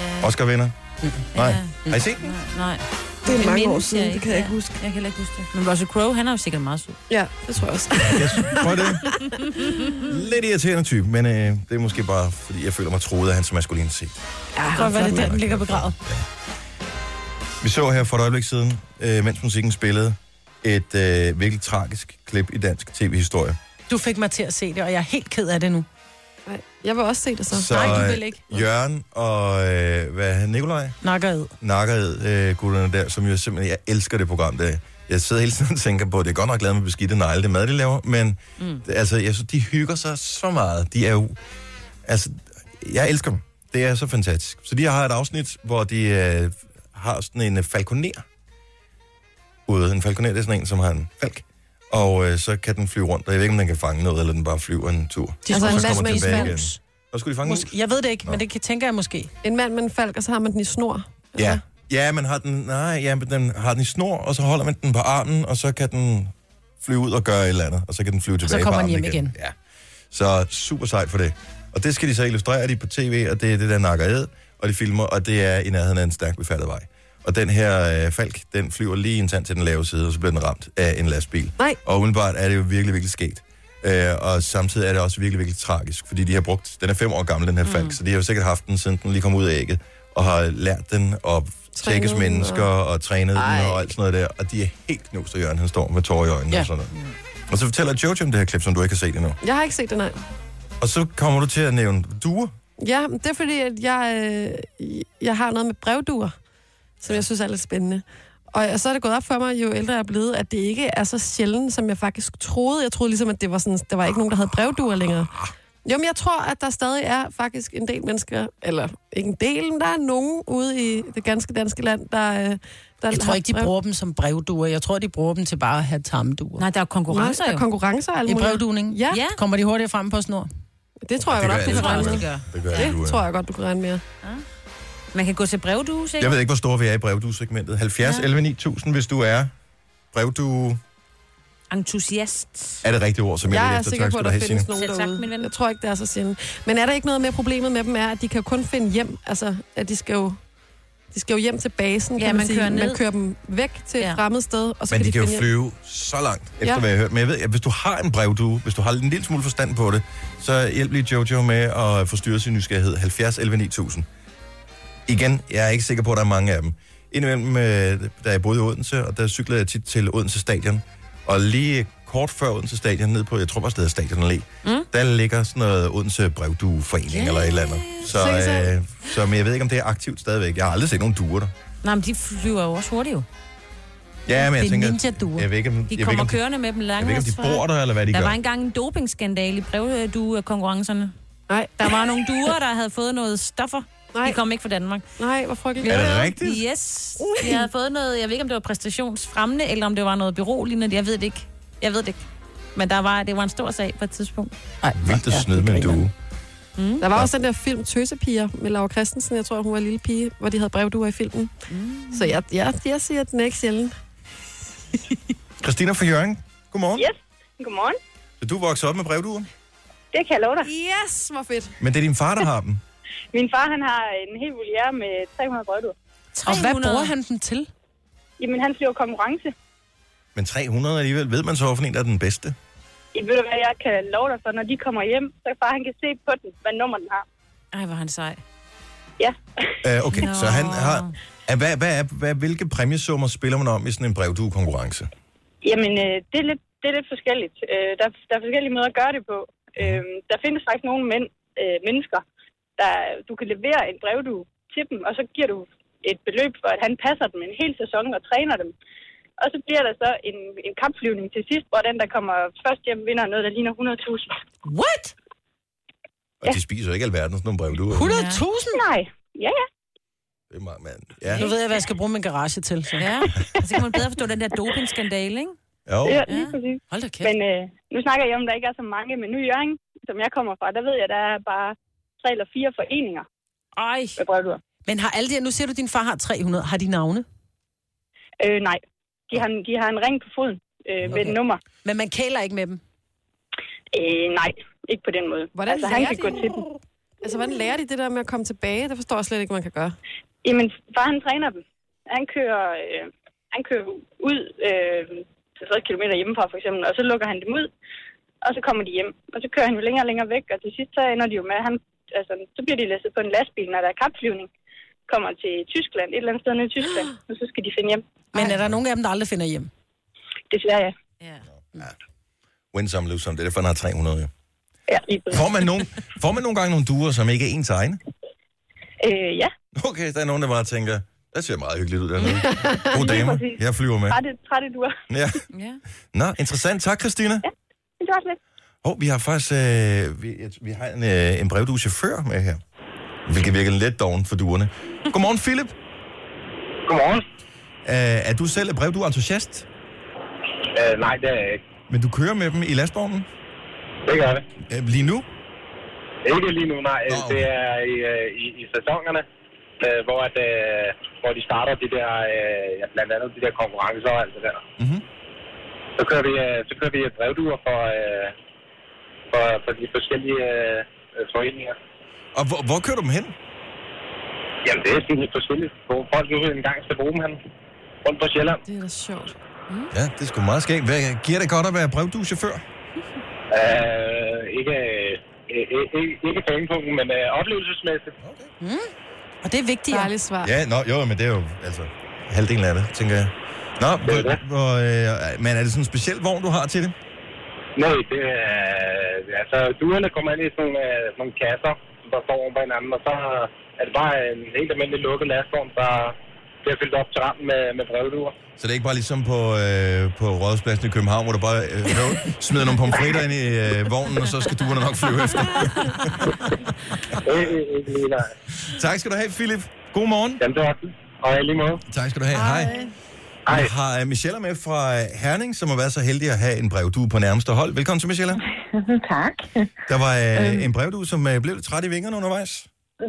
Speaker 4: Ja.
Speaker 1: Oscar-vinder? Nej. Har I set den?
Speaker 4: Nej.
Speaker 2: Det er
Speaker 4: Jeg
Speaker 2: mange år
Speaker 4: mindes
Speaker 2: siden, det kan jeg ikke
Speaker 4: huske. Jeg kan heller ikke huske det. Men Russell Crowe, han er jo sikkert meget sød.
Speaker 2: Ja, det tror jeg også.
Speaker 1: Prøv det. Lidt irriterende type, men øh, det er måske bare, fordi jeg føler mig troet af han, som jeg skulle lige se.
Speaker 3: Ja, Godt, hvad det er der, den ligger begravet.
Speaker 1: Vi så her for et øjeblik siden, øh, mens musikken spillede, et øh, virkelig tragisk klip i dansk tv-historie.
Speaker 3: Du fik mig til at se det, og jeg er helt ked af det nu.
Speaker 2: Nej, jeg vil også se det
Speaker 1: Så, øh, Jørgen og øh, hvad er han, Nikolaj?
Speaker 3: Nakker ud.
Speaker 1: Nakkered, øh, gutterne der, som jeg simpelthen, jeg elsker det program der. Jeg sidder hele tiden og tænker på, at det er godt nok lavet med beskidte negle, det mad, de laver, men mm. altså, jeg synes, de hygger sig så meget. De er jo, altså, jeg elsker dem. Det er så fantastisk. Så de har et afsnit, hvor de øh, har sådan en øh, falconer ude. En falconer, det er sådan en, som har en falk. Og øh, så kan den flyve rundt, og jeg ved ikke, om den kan fange noget, eller den bare flyver Altså, en tur.
Speaker 3: De
Speaker 1: og
Speaker 3: skulle
Speaker 1: så
Speaker 3: have
Speaker 1: kommer
Speaker 3: en
Speaker 1: den tilbage igen.
Speaker 3: vaskemus.
Speaker 1: Og skulle de fange en
Speaker 3: Måske, jeg ved det ikke, men det kan- tænker jeg måske.
Speaker 2: En mand med en falk, og så har man den i snor.
Speaker 1: Ja. Ja, man har den, nej, ja, men den har den i snor, og så holder man den på armen, og så kan den flyve ud og gøre et eller andet, og så kan den flyve
Speaker 3: Og
Speaker 1: tilbage
Speaker 3: så kommer
Speaker 1: på
Speaker 3: den
Speaker 1: armen
Speaker 3: hjem igen.
Speaker 1: Ja. Så super sejt for det. Og det skal de så illustrere de på tv, og det er det, der nakker ad, og de filmer, og det er i nærheden af en stærkt befærdet vej. Og den her øh, falk, den flyver lige en tand til den lave side, og så bliver den ramt af en lastbil.
Speaker 2: Nej.
Speaker 1: Og umiddelbart er det jo virkelig, virkelig sket. Øh, og samtidig er det også virkelig, virkelig tragisk, fordi de har brugt, den er fem år gammel, den her falk, mm. så de har jo sikkert haft den, siden den lige kom ud af ægget, og har lært den at tjekkes
Speaker 2: den,
Speaker 1: mennesker og, og trænet
Speaker 2: Ej.
Speaker 1: den og alt sådan noget der. Og de er helt knust, og Jørgen han står med tårer i øjnene
Speaker 2: Ja.
Speaker 1: og sådan noget. Og så fortæller Jojo om det her klip, som du ikke har set endnu.
Speaker 2: Jeg har ikke set den, nej.
Speaker 1: Og så kommer du til at nævne duer.
Speaker 2: Ja, men det er fordi, at jeg, øh, jeg har noget med brevduer, som jeg synes er lidt spændende. Og så er det gået op for mig, jo ældre jeg er blevet, at det ikke er så sjældent, som jeg faktisk troede. Jeg troede ligesom, at det var sådan, der var ikke nogen, der havde brevduer længere. Jo, men jeg tror, at der stadig er faktisk en del mennesker, eller ikke en del, men der er nogen ude i det ganske danske land, der... øh, der
Speaker 3: Jeg tror
Speaker 2: har
Speaker 3: ikke, de
Speaker 2: brev-
Speaker 3: bruger dem som brevduer. Jeg tror, de bruger dem til bare at have tamduer.
Speaker 4: Nej, der er konkurrencer
Speaker 2: Nej, der er
Speaker 4: jo.
Speaker 2: konkurrencer og alt
Speaker 3: I
Speaker 2: muligt.
Speaker 3: brevduning?
Speaker 2: Ja.
Speaker 3: Kommer de hurtigere frem på snor?
Speaker 2: Det tror jeg
Speaker 1: Det gør
Speaker 2: godt, du
Speaker 1: alle
Speaker 2: kan regne
Speaker 1: duer.
Speaker 2: med.
Speaker 1: Det gør alle duer.
Speaker 2: tror jeg godt, du kan regne med.
Speaker 4: Man kan gå til brevdue, sikkert.
Speaker 1: Jeg ved ikke, hvor store vi er i brevduesegmentet. 70 ja. 11 9000, hvis du er brevdue...
Speaker 4: Entusiast.
Speaker 1: Er det rigtige ord, som jeg,
Speaker 2: jeg
Speaker 1: lidt
Speaker 2: er
Speaker 1: efter,
Speaker 2: sikker
Speaker 1: tak
Speaker 2: på, at
Speaker 1: skal
Speaker 2: der
Speaker 1: du have,
Speaker 2: findes
Speaker 1: Signe.
Speaker 2: nogen derude. Jeg tror ikke, det er så sjældent. Men er der ikke noget med, problemet med dem er, at de kan jo kun finde hjem? Altså, at de skal jo, de skal jo hjem til basen,
Speaker 4: Ja,
Speaker 2: kan man,
Speaker 4: man
Speaker 2: sige.
Speaker 4: kører
Speaker 2: man
Speaker 4: ned.
Speaker 2: kører dem væk til et fremmed sted, og så
Speaker 1: Men
Speaker 2: kan
Speaker 1: de kan
Speaker 2: finde
Speaker 1: jo
Speaker 2: hjem.
Speaker 1: flyve så langt, efter
Speaker 2: Ja.
Speaker 1: ja. hvad jeg har hørt. Men jeg ved, at hvis du har en brevdue, hvis du har en lille smule forstand på det, så hjælp lige Jojo med at forstyrre sin nysgerrighed. 70 11 9000. Igen, jeg er ikke sikker på, at der er mange af dem. Indimellem, øh, da jeg boede i Odense, og der cyklede jeg tit til Odense Stadion. Og lige kort før Odense Stadion, ned på, jeg tror bare stedet Stadion Allé, mm. der ligger sådan noget Odense Brevdueforening yeah. eller et eller andet. Så,
Speaker 4: Sikke så.
Speaker 1: øh, så men jeg ved ikke, om det er aktivt stadigvæk. Jeg har aldrig set nogen duer der.
Speaker 4: Nej, men de flyver jo også hurtigt jo.
Speaker 1: Ja, men
Speaker 4: Det
Speaker 1: jeg
Speaker 4: er
Speaker 1: tænker,
Speaker 4: ninja-duer.
Speaker 1: jeg ved ikke, om,
Speaker 4: De
Speaker 1: jeg ved ikke,
Speaker 4: kommer
Speaker 1: om de
Speaker 4: kørende med dem langt.
Speaker 1: jeg ved ikke, om de bor der, eller hvad de
Speaker 4: der
Speaker 1: gør.
Speaker 4: var engang en dopingskandale i brevdue-konkurrencerne.
Speaker 2: Nej.
Speaker 4: Der var nogle duer, der havde fået noget stoffer. Nej. De kom ikke fra Danmark.
Speaker 2: Nej, hvor frygteligt.
Speaker 1: Er det rigtigt?
Speaker 4: Yes. De havde fået noget, jeg ved ikke, om det var præstationsfremmende, eller om det var noget byrålignende. Jeg ved det ikke. Jeg ved det ikke. Men der var, det var en stor sag på et tidspunkt.
Speaker 1: Vildt at snyde med en due.
Speaker 2: Mm. Der var også den der film Tøsepiger med Laura Christensen, jeg tror, hun var en lille pige, hvor de havde brevduer i filmen. Mm. Så jeg, jeg, jeg siger, at den er ikke sjældent.
Speaker 1: Christina fra Jørgen, godmorgen.
Speaker 15: Yes, godmorgen.
Speaker 1: Så du voksede op med brevduer,
Speaker 15: Det kan jeg love dig.
Speaker 2: Yes, hvor fedt.
Speaker 1: men det er din far, der har dem.
Speaker 15: Min far, han har en hel voliere med 300 brødduer.
Speaker 3: Og hvad bruger han dem til?
Speaker 15: Jamen, han flyver konkurrence.
Speaker 1: Men 300 alligevel, ved man så, hvorfor en der er den bedste?
Speaker 15: I ved du hvad, jeg kan love dig for, når de kommer hjem, så far, han kan se på den, hvad nummer den har.
Speaker 4: Ej, hvor han sej.
Speaker 15: Ja.
Speaker 1: Uh, okay,
Speaker 15: Nå.
Speaker 1: så han har... Uh, hvad, hvad, er, hvad, hvilke præmiesummer spiller man om i sådan en brevdue-konkurrence?
Speaker 15: Jamen, øh, det, er lidt, det er lidt forskelligt. Øh, der, der er forskellige måder at gøre det på. Øh, der findes faktisk nogle mænd, øh, mennesker, der du kan levere en brevdue til dem, og så giver du et beløb for, at han passer dem en hel sæson og træner dem. Og så bliver der så en, en kampflyvning til sidst, hvor den, der kommer først hjem, vinder noget, der ligner 100.000.
Speaker 3: What?
Speaker 1: Og de spiser jo ikke alverden sådan nogle brevduer.
Speaker 3: 100.000?
Speaker 15: Nej. Ja, ja.
Speaker 1: Det er meget, mand. Ja.
Speaker 3: Nu ved jeg, hvad jeg skal bruge min garage til. Så.
Speaker 4: Ja, og så kan man bedre forstå den der dopingskandale, ikke?
Speaker 1: Jo.
Speaker 15: Ja, lige præcis.
Speaker 4: Hold da kæft.
Speaker 15: Men øh, nu snakker jeg om, at der ikke er så mange, men nu i Jørgen, som jeg kommer fra, der ved jeg, der er bare tre eller fire foreninger.
Speaker 4: Ej.
Speaker 15: Hvad prøver du?
Speaker 3: Men har alle de, nu siger du, at din far har 300. Har de navne?
Speaker 15: Øh, nej. De har, en- de har en ring på foden øh, ved et nummer.
Speaker 3: Men man kæler ikke med dem?
Speaker 15: Øh, nej, ikke på den måde.
Speaker 2: Hvordan
Speaker 15: altså, han
Speaker 2: lærer
Speaker 15: kan
Speaker 2: de-
Speaker 15: gå til dem.
Speaker 2: Altså, hvordan lærer de det der med at komme tilbage? Det forstår jeg slet ikke, man kan gøre.
Speaker 15: Jamen, far han træner dem. Han kører, øh, han kører ud øh, til 30 km hjemmefra, for eksempel, og så lukker han dem ud, og så kommer de hjem. Og så kører han jo længere og længere væk, og til sidst så ender de jo med, at han, altså, så bliver de læsset på en lastbil, når der er kapflyvning. Kommer til Tyskland, et eller andet sted nede i Tyskland, og så skal de finde hjem.
Speaker 3: Men er der nogen af dem, der aldrig finder hjem?
Speaker 15: Desværre, ja.
Speaker 1: Win some, lose some. Det er derfor, han har 300, jo.
Speaker 15: Ja, lige præcis.
Speaker 1: Får man, nogle, får man nogle gange nogle duer, som ikke er ens egne?
Speaker 15: Øh, ja.
Speaker 1: Okay, der er nogen, der bare tænker, det ser meget hyggeligt ud dernede. God
Speaker 15: Lige
Speaker 1: damer,
Speaker 15: præcis.
Speaker 1: jeg flyver med.
Speaker 15: Trætte, trætte duer.
Speaker 1: Ja. Nå, interessant. Tak, Christina.
Speaker 15: Men det var slet.
Speaker 1: Oh, vi har faktisk øh, vi, jeg- vi har en, øh, en brevduechauffør med her, hvilket virker lidt doven for duerne. Godmorgen, Philip.
Speaker 18: Godmorgen.
Speaker 1: Øh, er du selv brevdue-entusiast?
Speaker 18: Øh, nej, det er jeg ikke.
Speaker 1: Men du kører med dem i lastvognen?
Speaker 18: Det gør det.
Speaker 1: Øh, lige nu?
Speaker 18: Ikke lige nu, nej. Oh. Det er i, øh, i, i sæsonerne, øh, hvor, at, øh, hvor de starter de der, øh, ja, blandt andet de der konkurrencer og alt det der.
Speaker 1: Mm-hmm.
Speaker 18: Så kører vi, øh, så kører vi brevduer for, øh, for, for de forskellige øh, øh, foreninger.
Speaker 1: Og hvor, hvor kører du dem hen?
Speaker 18: Jamen, det er sådan lidt forskelligt. Hvor folk nu engang skal bruge dem hen. Rundt på Sjælland.
Speaker 2: Det er da sjovt.
Speaker 1: Ja, det er sgu meget skægt. Hvad, giver det godt at være brevduechauffør?
Speaker 18: Øh, ikke, øh, øh, ikke, ikke pengepungen, men øh, oplevelsesmæssigt.
Speaker 3: Mm. Og det er vigtigt. Dejligt
Speaker 2: svar.
Speaker 1: Ja, nå, jo, men det er jo altså halvdelen af det, tænker jeg. Nå, hvor, hvor, øh, men er det sådan en speciel vogn, du har til det?
Speaker 18: Nej, det er... Altså, duerne kommer ind i sådan nogle, øh, sådan nogle kasser, som der står oven på hinanden, og så er det bare en helt almindelig lukket lastvogn, der bliver fyldt op til randen med, med brevduer.
Speaker 1: Så det er ikke bare ligesom på, øh, på Rådhuspladsen i København, hvor du bare øh, høv- smider nogle pomfritter ind i øh, vognen, og så skal duerne nok flyve efter. tak skal du have, Philip. God morgen.
Speaker 18: Jamen, det var Og lige måde.
Speaker 1: Tak skal du have. Hej. Hej. Vi har øh, Michelle med fra øh, Herning, som har været så heldig at have en brevdue på nærmeste hold. Velkommen til, Michelle.
Speaker 19: tak.
Speaker 1: Der var øh, en brevdue, som øh, blev lidt træt i vingerne undervejs.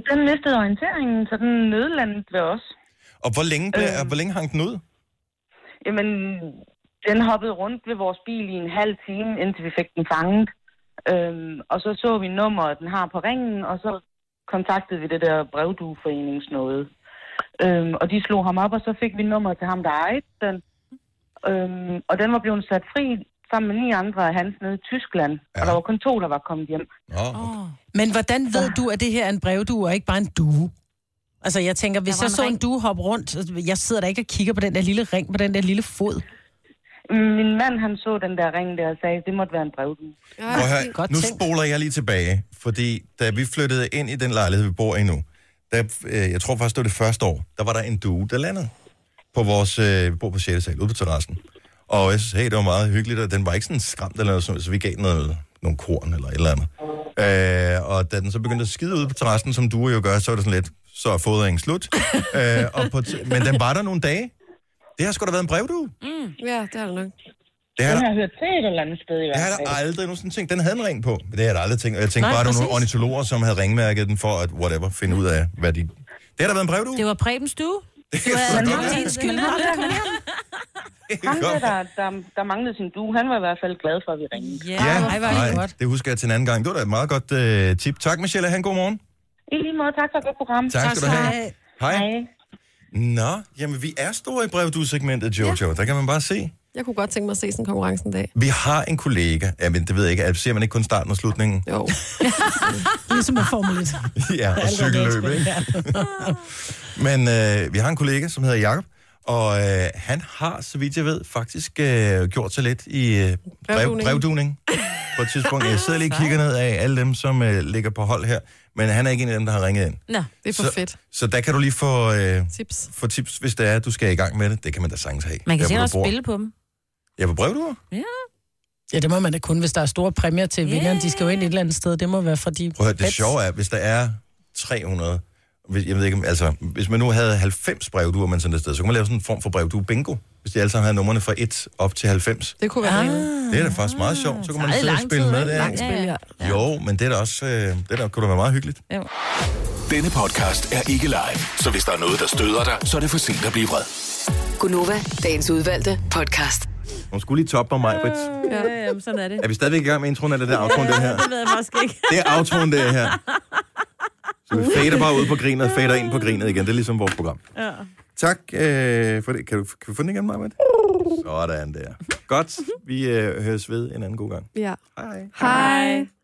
Speaker 19: Den mistede orienteringen, så den nødlandede ved os.
Speaker 1: Og hvor længe, blev, øh. hvor længe hang den ud?
Speaker 19: Jamen, den hoppede rundt ved vores bil i en halv time, indtil vi fik den fanget. Øhm, og så så vi nummeret, den har på ringen, og så kontaktede vi det der brevdueforeningsnåde. Øhm, og de slog ham op, og så fik vi nummeret til ham, der ejede den. Øhm, og den var blevet sat fri sammen med ni andre af hans nede i Tyskland. Ja. Og der var kun to, der var kommet hjem.
Speaker 1: Oh,
Speaker 3: Men hvordan
Speaker 4: Ah.
Speaker 3: ved du, at det her er en brevdue og ikke bare en due? Altså, jeg tænker, hvis
Speaker 19: Der var
Speaker 3: jeg
Speaker 19: en
Speaker 3: så en
Speaker 19: ring.
Speaker 3: due hoppe rundt, altså, jeg sidder der ikke og kigger på den der lille ring, på den der lille fod.
Speaker 19: Min mand, han så den der ring der og sagde, det måtte være en brevdue.
Speaker 1: Prøv at høre, nu spoler jeg lige tilbage, fordi da vi flyttede ind i den lejlighed, vi bor i nu, der, øh, jeg tror faktisk, det var det første år, der var der en due, der landede på vores, øh, vi bor på 6. sal, ude på terrassen. Og jeg sagde, hey, det var meget hyggeligt, og den var ikke sådan skræmt eller noget, sådan, så vi gav den noget, nogle korn eller et eller andet. Øh, og da den så begyndte at skide ud på terrassen, som duer jo gør, så var det sådan lidt, så er fodringen slut. øh, og på t- men den var der nogle dage. Det har sgu da været en brevdue.
Speaker 2: Mm. Ja, det er det nok.
Speaker 1: Det har der
Speaker 19: Den har jeg hørt til et eller andet sted i
Speaker 1: Det har
Speaker 19: hvert
Speaker 1: jeg
Speaker 19: fald.
Speaker 1: da aldrig nogensinde tænkt. Den havde en ring på. Det har jeg da aldrig tænkt. Og Jeg tænkte
Speaker 19: Nej,
Speaker 1: bare, at der var nogle
Speaker 19: præcis.
Speaker 1: ornitologer, som havde ringmærket den for at whatever, finde ud af, hvad de... Det har da været en brevdue.
Speaker 4: Det var Prebens due. Det
Speaker 19: Men
Speaker 4: var
Speaker 19: ham
Speaker 4: det var din
Speaker 19: der-
Speaker 4: skyld.
Speaker 19: men ham der- Ham der, der, der, der manglede sin due, han var i hvert fald glad for, at vi ringede.
Speaker 1: det husker jeg til en anden gang. Det var da et meget godt øh, tip. Tak, Michelle. Ha' en god morgen.
Speaker 19: I lige måde, tak for et godt program.
Speaker 1: Tak skal du have. Hej.
Speaker 19: Hej.
Speaker 1: Nå, jamen vi er store i brevdue-segmentet, Jojo. Ja. Der kan man bare se.
Speaker 2: Jeg kunne godt tænke mig at se sådan en konkurrence en dag.
Speaker 1: Vi har en kollega. Ja, men det ved jeg ikke. Ser man ikke kun starten og slutningen?
Speaker 2: Jo.
Speaker 3: ligesom med Formel 1.
Speaker 1: ja, og cykelløb, ikke? Men øh, vi har en kollega, som hedder Jakob, og øh, han har, så vidt jeg ved, faktisk øh, gjort sig lidt i øh, brev,
Speaker 13: Brevduning.
Speaker 1: brevduning på et tidspunkt. Jeg sidder lige og kigger ned af alle dem, som øh, ligger på hold her, men han er ikke en af dem, der har ringet ind.
Speaker 2: Nå, det er for
Speaker 1: så,
Speaker 2: fedt.
Speaker 1: Så der kan du lige få, øh,
Speaker 2: tips.
Speaker 1: få tips, hvis det er, at du skal i gang med det. Det kan man da sagtens have.
Speaker 4: Man
Speaker 1: Der, hvor
Speaker 4: kan sikkert
Speaker 1: du
Speaker 4: også
Speaker 1: bor.
Speaker 4: spille på dem.
Speaker 1: Ja, på brevduer?
Speaker 4: Ja.
Speaker 3: Ja, det må man da kun, hvis der er store præmier til yeah. vinderen. De skal jo ind et eller andet sted. Det må være fra de...
Speaker 1: Prøv at høre, det
Speaker 3: bets.
Speaker 1: sjove er, hvis der er 300, hvis, jeg ved ikke, om- altså, hvis man nu havde 90 brevduer, man sendte afsted, så kunne man lave sådan en form for brevdue bingo, hvis de alle sammen havde numrene fra 1 op til 90.
Speaker 2: Det kunne være ah.
Speaker 1: Det er da faktisk meget sjovt. Så kunne man
Speaker 2: Så er det
Speaker 1: sidde og
Speaker 2: lang
Speaker 1: spille
Speaker 2: tid,
Speaker 1: med
Speaker 2: ikke?
Speaker 1: det.
Speaker 2: Langt spil, ja.
Speaker 1: Jo, men det er da også, øh, det der kunne da være meget hyggeligt.
Speaker 8: Denne podcast er ikke live, så hvis der er noget, der støder dig, så er det for sent at blive vred. Gunova, dagens udvalgte podcast.
Speaker 1: Hun skulle lige toppe mig,
Speaker 2: Øh.
Speaker 1: Britt.
Speaker 4: Ja, jamen, sådan er det.
Speaker 1: Er vi stadigvæk i gang med introen, eller er det aftroen, det her?
Speaker 4: Det ved jeg måske ikke.
Speaker 1: Det er aftroen, det her. Så vi fader bare ud på grinet og fader ind på grinet igen. Det er ligesom vores program.
Speaker 4: Ja.
Speaker 1: Tak øh, for det. Kan, du, kan vi få den igen, Maja? Sådan der. Godt. Vi øh, høres ved en anden god gang.
Speaker 2: Ja.
Speaker 1: Hej.
Speaker 2: Hej.